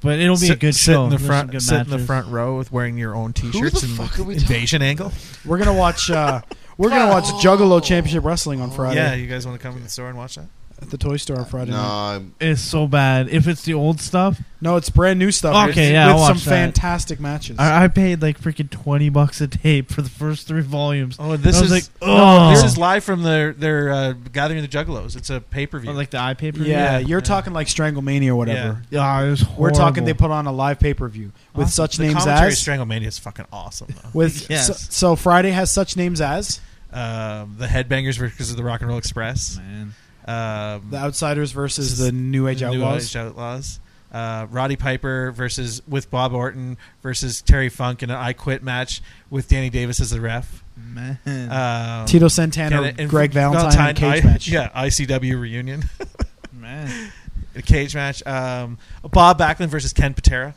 Speaker 3: But it'll be a
Speaker 5: Sit-
Speaker 3: good
Speaker 5: sit
Speaker 3: show.
Speaker 5: In the
Speaker 3: There's
Speaker 5: front,
Speaker 3: some good
Speaker 5: sit in the
Speaker 3: matches.
Speaker 5: front row with wearing your own T-shirts
Speaker 2: the
Speaker 5: and
Speaker 2: fuck are we
Speaker 5: invasion angle.
Speaker 1: We're gonna watch. Uh, we're gonna watch Juggalo Championship Wrestling on Friday
Speaker 5: Yeah, you guys want to come in the store and watch that?
Speaker 1: at the Toy Store on Friday.
Speaker 2: No,
Speaker 1: night.
Speaker 2: I'm-
Speaker 3: It's so bad. If it's the old stuff,
Speaker 1: no, it's brand new stuff.
Speaker 3: Okay,
Speaker 1: with,
Speaker 3: yeah,
Speaker 1: with
Speaker 3: I'll
Speaker 1: some
Speaker 3: watch that.
Speaker 1: fantastic matches.
Speaker 3: I, I paid like freaking twenty bucks a tape for the first three volumes.
Speaker 5: Oh, this
Speaker 3: I was
Speaker 5: is
Speaker 3: like,
Speaker 5: no,
Speaker 3: oh.
Speaker 5: this is live from their their uh, Gathering of the Juggalos. It's a pay per view.
Speaker 3: Oh, like the eye paper.
Speaker 1: yeah,
Speaker 5: yeah,
Speaker 1: you're
Speaker 5: yeah.
Speaker 1: talking like Stranglemania or whatever.
Speaker 3: yeah, it was horrible.
Speaker 1: We're talking. They put on a live pay per view with
Speaker 3: Awesome.
Speaker 1: such
Speaker 5: the
Speaker 1: names
Speaker 5: commentary
Speaker 1: as
Speaker 5: Stranglemania is fucking awesome. Though.
Speaker 1: with
Speaker 3: Yes.
Speaker 1: so, so Friday has such names as
Speaker 5: um, the Headbangers versus the Rock and Roll Express.
Speaker 3: Man,
Speaker 5: Um,
Speaker 1: the Outsiders versus the New Age
Speaker 5: New
Speaker 1: Outlaws.
Speaker 5: Age Outlaws. Uh, Roddy Piper versus with Bob Orton versus Terry Funk in an I Quit match with Danny Davis as the ref.
Speaker 3: man.
Speaker 5: Um,
Speaker 1: Tito Santana,
Speaker 5: Canada- and
Speaker 1: Greg Valentine, and cage
Speaker 5: I-
Speaker 1: match.
Speaker 5: Yeah, ICW reunion.
Speaker 3: Man,
Speaker 5: a cage match. Um, Bob Backlund versus Ken Patera.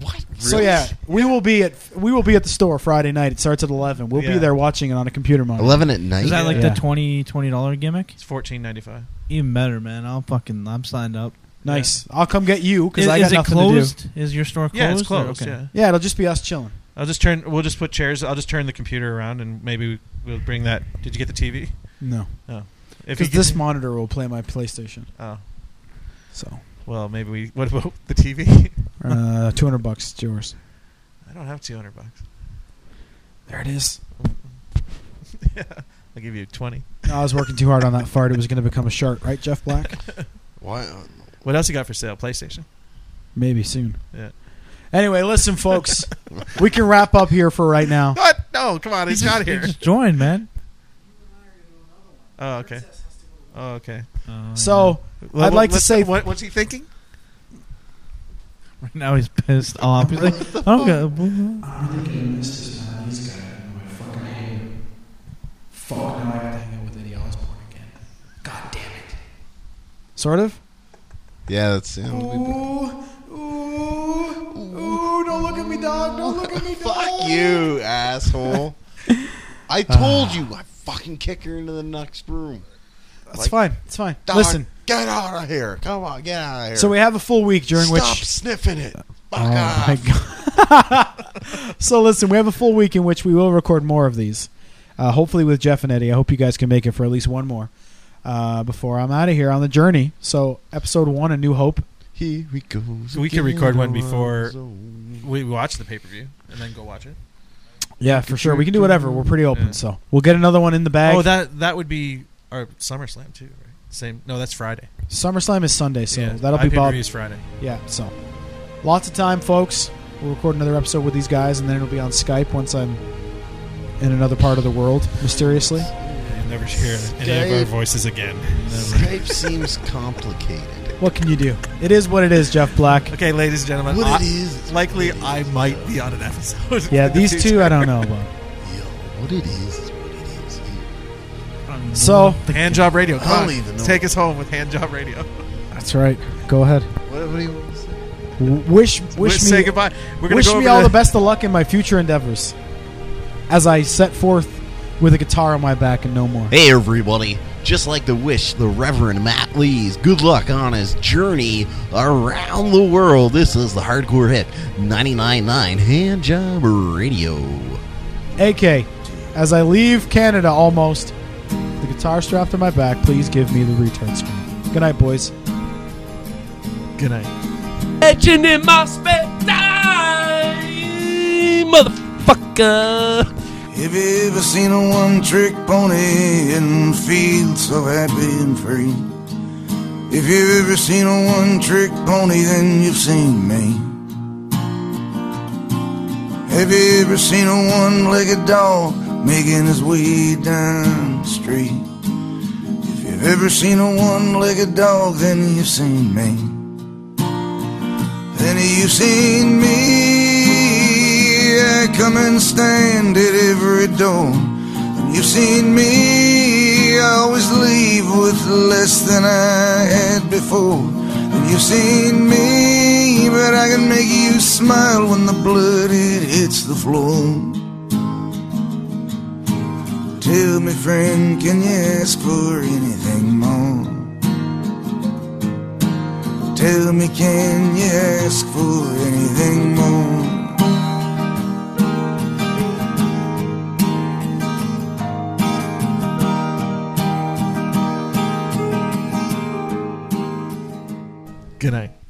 Speaker 2: what?
Speaker 1: So
Speaker 2: Really?
Speaker 1: yeah, we will be at we will be at the store Friday night. It starts at eleven. We'll
Speaker 5: Yeah.
Speaker 1: be there watching it on a computer monitor.
Speaker 2: eleven at night.
Speaker 3: is that like
Speaker 1: Yeah.
Speaker 3: the 20 dollar gimmick?
Speaker 5: It's fourteen ninety five.
Speaker 3: Even better, man. I'll fucking I'm signed up.
Speaker 1: Nice. I'll come get you because
Speaker 3: is,
Speaker 1: I got
Speaker 3: is it
Speaker 1: nothing
Speaker 3: closed? Is your store closed?
Speaker 5: Yeah, it's
Speaker 3: Or-
Speaker 5: closed.
Speaker 3: okay.
Speaker 5: Yeah,
Speaker 1: to do. Yeah, it'll just be us chilling.
Speaker 5: I'll just turn. We'll just put chairs. I'll just turn the computer around, and maybe we'll bring that. Did you get the TV?
Speaker 1: No,
Speaker 5: If you
Speaker 1: because
Speaker 5: get-
Speaker 1: this monitor will play my PlayStation.
Speaker 5: Oh,
Speaker 1: So
Speaker 5: well, maybe we. What about the TV?
Speaker 1: uh, two hundred bucks, it's yours.
Speaker 5: I don't have two hundred bucks.
Speaker 1: There it is.
Speaker 5: yeah, I'll give you twenty.
Speaker 1: No, I was working too hard on that fart. It was going to become a shark, right, Jeff Black?
Speaker 2: Why?
Speaker 5: What else you got for sale? PlayStation.
Speaker 1: Maybe soon.
Speaker 5: Yeah.
Speaker 1: Anyway, listen, folks, we can wrap up here for right now.
Speaker 5: What? No, come on, he's not
Speaker 3: You
Speaker 5: here.
Speaker 3: Just join, man.
Speaker 5: Oh, okay. Oh, okay.
Speaker 3: Uh,
Speaker 1: So
Speaker 5: Well,
Speaker 1: I'd like to
Speaker 5: let's-
Speaker 1: say-
Speaker 5: what, what's he thinking?
Speaker 3: right now he's pissed off. He's like, I don't got-
Speaker 1: sort of.
Speaker 2: Yeah, that's yeah, we-
Speaker 1: Ooh, don't look at me, dog. Don't look at me.
Speaker 2: Fuck you, asshole. I told you I fucking kick her into the next room.
Speaker 1: It's
Speaker 2: Like-
Speaker 1: fine. It's fine.
Speaker 2: Dog,
Speaker 1: Listen.
Speaker 2: Get out of here. Come on, get out of here.
Speaker 1: So we have a full week during
Speaker 2: Stop
Speaker 1: which
Speaker 2: sniffing it. Fuck
Speaker 1: Oh my
Speaker 2: off.
Speaker 1: god! so listen, we have a full week in which we will record more of these. Uh, hopefully with Jeff and Eddie. I hope you guys can make it for at least one more uh, before I'm out of here on the journey. So episode one, A New Hope.
Speaker 2: Here we go.
Speaker 5: We could record one before-
Speaker 2: Zone.
Speaker 5: We watch the pay per view and then go watch it.
Speaker 1: Yeah, Uh, for sure. We can do whatever. We're pretty open,
Speaker 5: Yeah.
Speaker 1: so we'll get another one in the bag.
Speaker 5: Oh, that that would be our SummerSlam too, right? Same. No, that's Friday.
Speaker 1: SummerSlam is Sunday, so
Speaker 5: Yeah,
Speaker 1: that'll
Speaker 5: my
Speaker 1: be Bob.
Speaker 5: pay-per-view is Friday.
Speaker 1: Yeah, so lots of time, folks. We'll record another episode with these guys, and then it'll be on Skype once I'm in another part of the world, mysteriously.
Speaker 5: You'll never hear any of our voices again.
Speaker 2: Skype seems complicated.
Speaker 1: What can you do? It is what it is, Jeff Black.
Speaker 5: Okay, ladies and gentlemen,
Speaker 2: What
Speaker 5: I-
Speaker 2: it is? is
Speaker 5: likely I might be on an episode.
Speaker 1: Yeah,
Speaker 5: in the
Speaker 1: these two
Speaker 5: future.
Speaker 1: I don't know about.
Speaker 2: Yo, what it is is what it is.
Speaker 1: So
Speaker 5: Hand job radio. Come
Speaker 2: I'll
Speaker 5: on,
Speaker 2: even know.
Speaker 5: take us home with hand job radio.
Speaker 1: that's right. Go ahead.
Speaker 2: What, what do you want to say?
Speaker 1: W- Wish wish
Speaker 5: Let's say
Speaker 1: me
Speaker 5: goodbye. We're gonna
Speaker 1: wish
Speaker 5: go
Speaker 1: me
Speaker 5: over
Speaker 1: all the best of luck in my future endeavors, as I set forth with a guitar on my back and no more.
Speaker 2: Hey everybody, just like to wish the Reverend Matt Lees good luck on his journey around the world. This is the Hardcore Hit 99.9 Handjob Radio.
Speaker 1: AK, as I leave Canada almost, the guitar strapped to my back. Please give me the return screen. Good night, boys.
Speaker 5: Good night.
Speaker 4: Legend in my spare time, motherfucker.
Speaker 8: Have you ever seen a one trick pony and feel so happy and free? If you've ever seen a one trick pony, then you've seen me. Have you ever seen a one legged dog making his way down the street? If you've ever seen a one legged dog, then you've seen me. Then you've seen me I come and stand at every door. And you've seen me I always leave with less than I had before. And you've seen me, but I can make you smile when the blood it hits the floor. Tell me, friend, can you ask for anything more? Tell me, can you ask for anything more?
Speaker 5: Good night.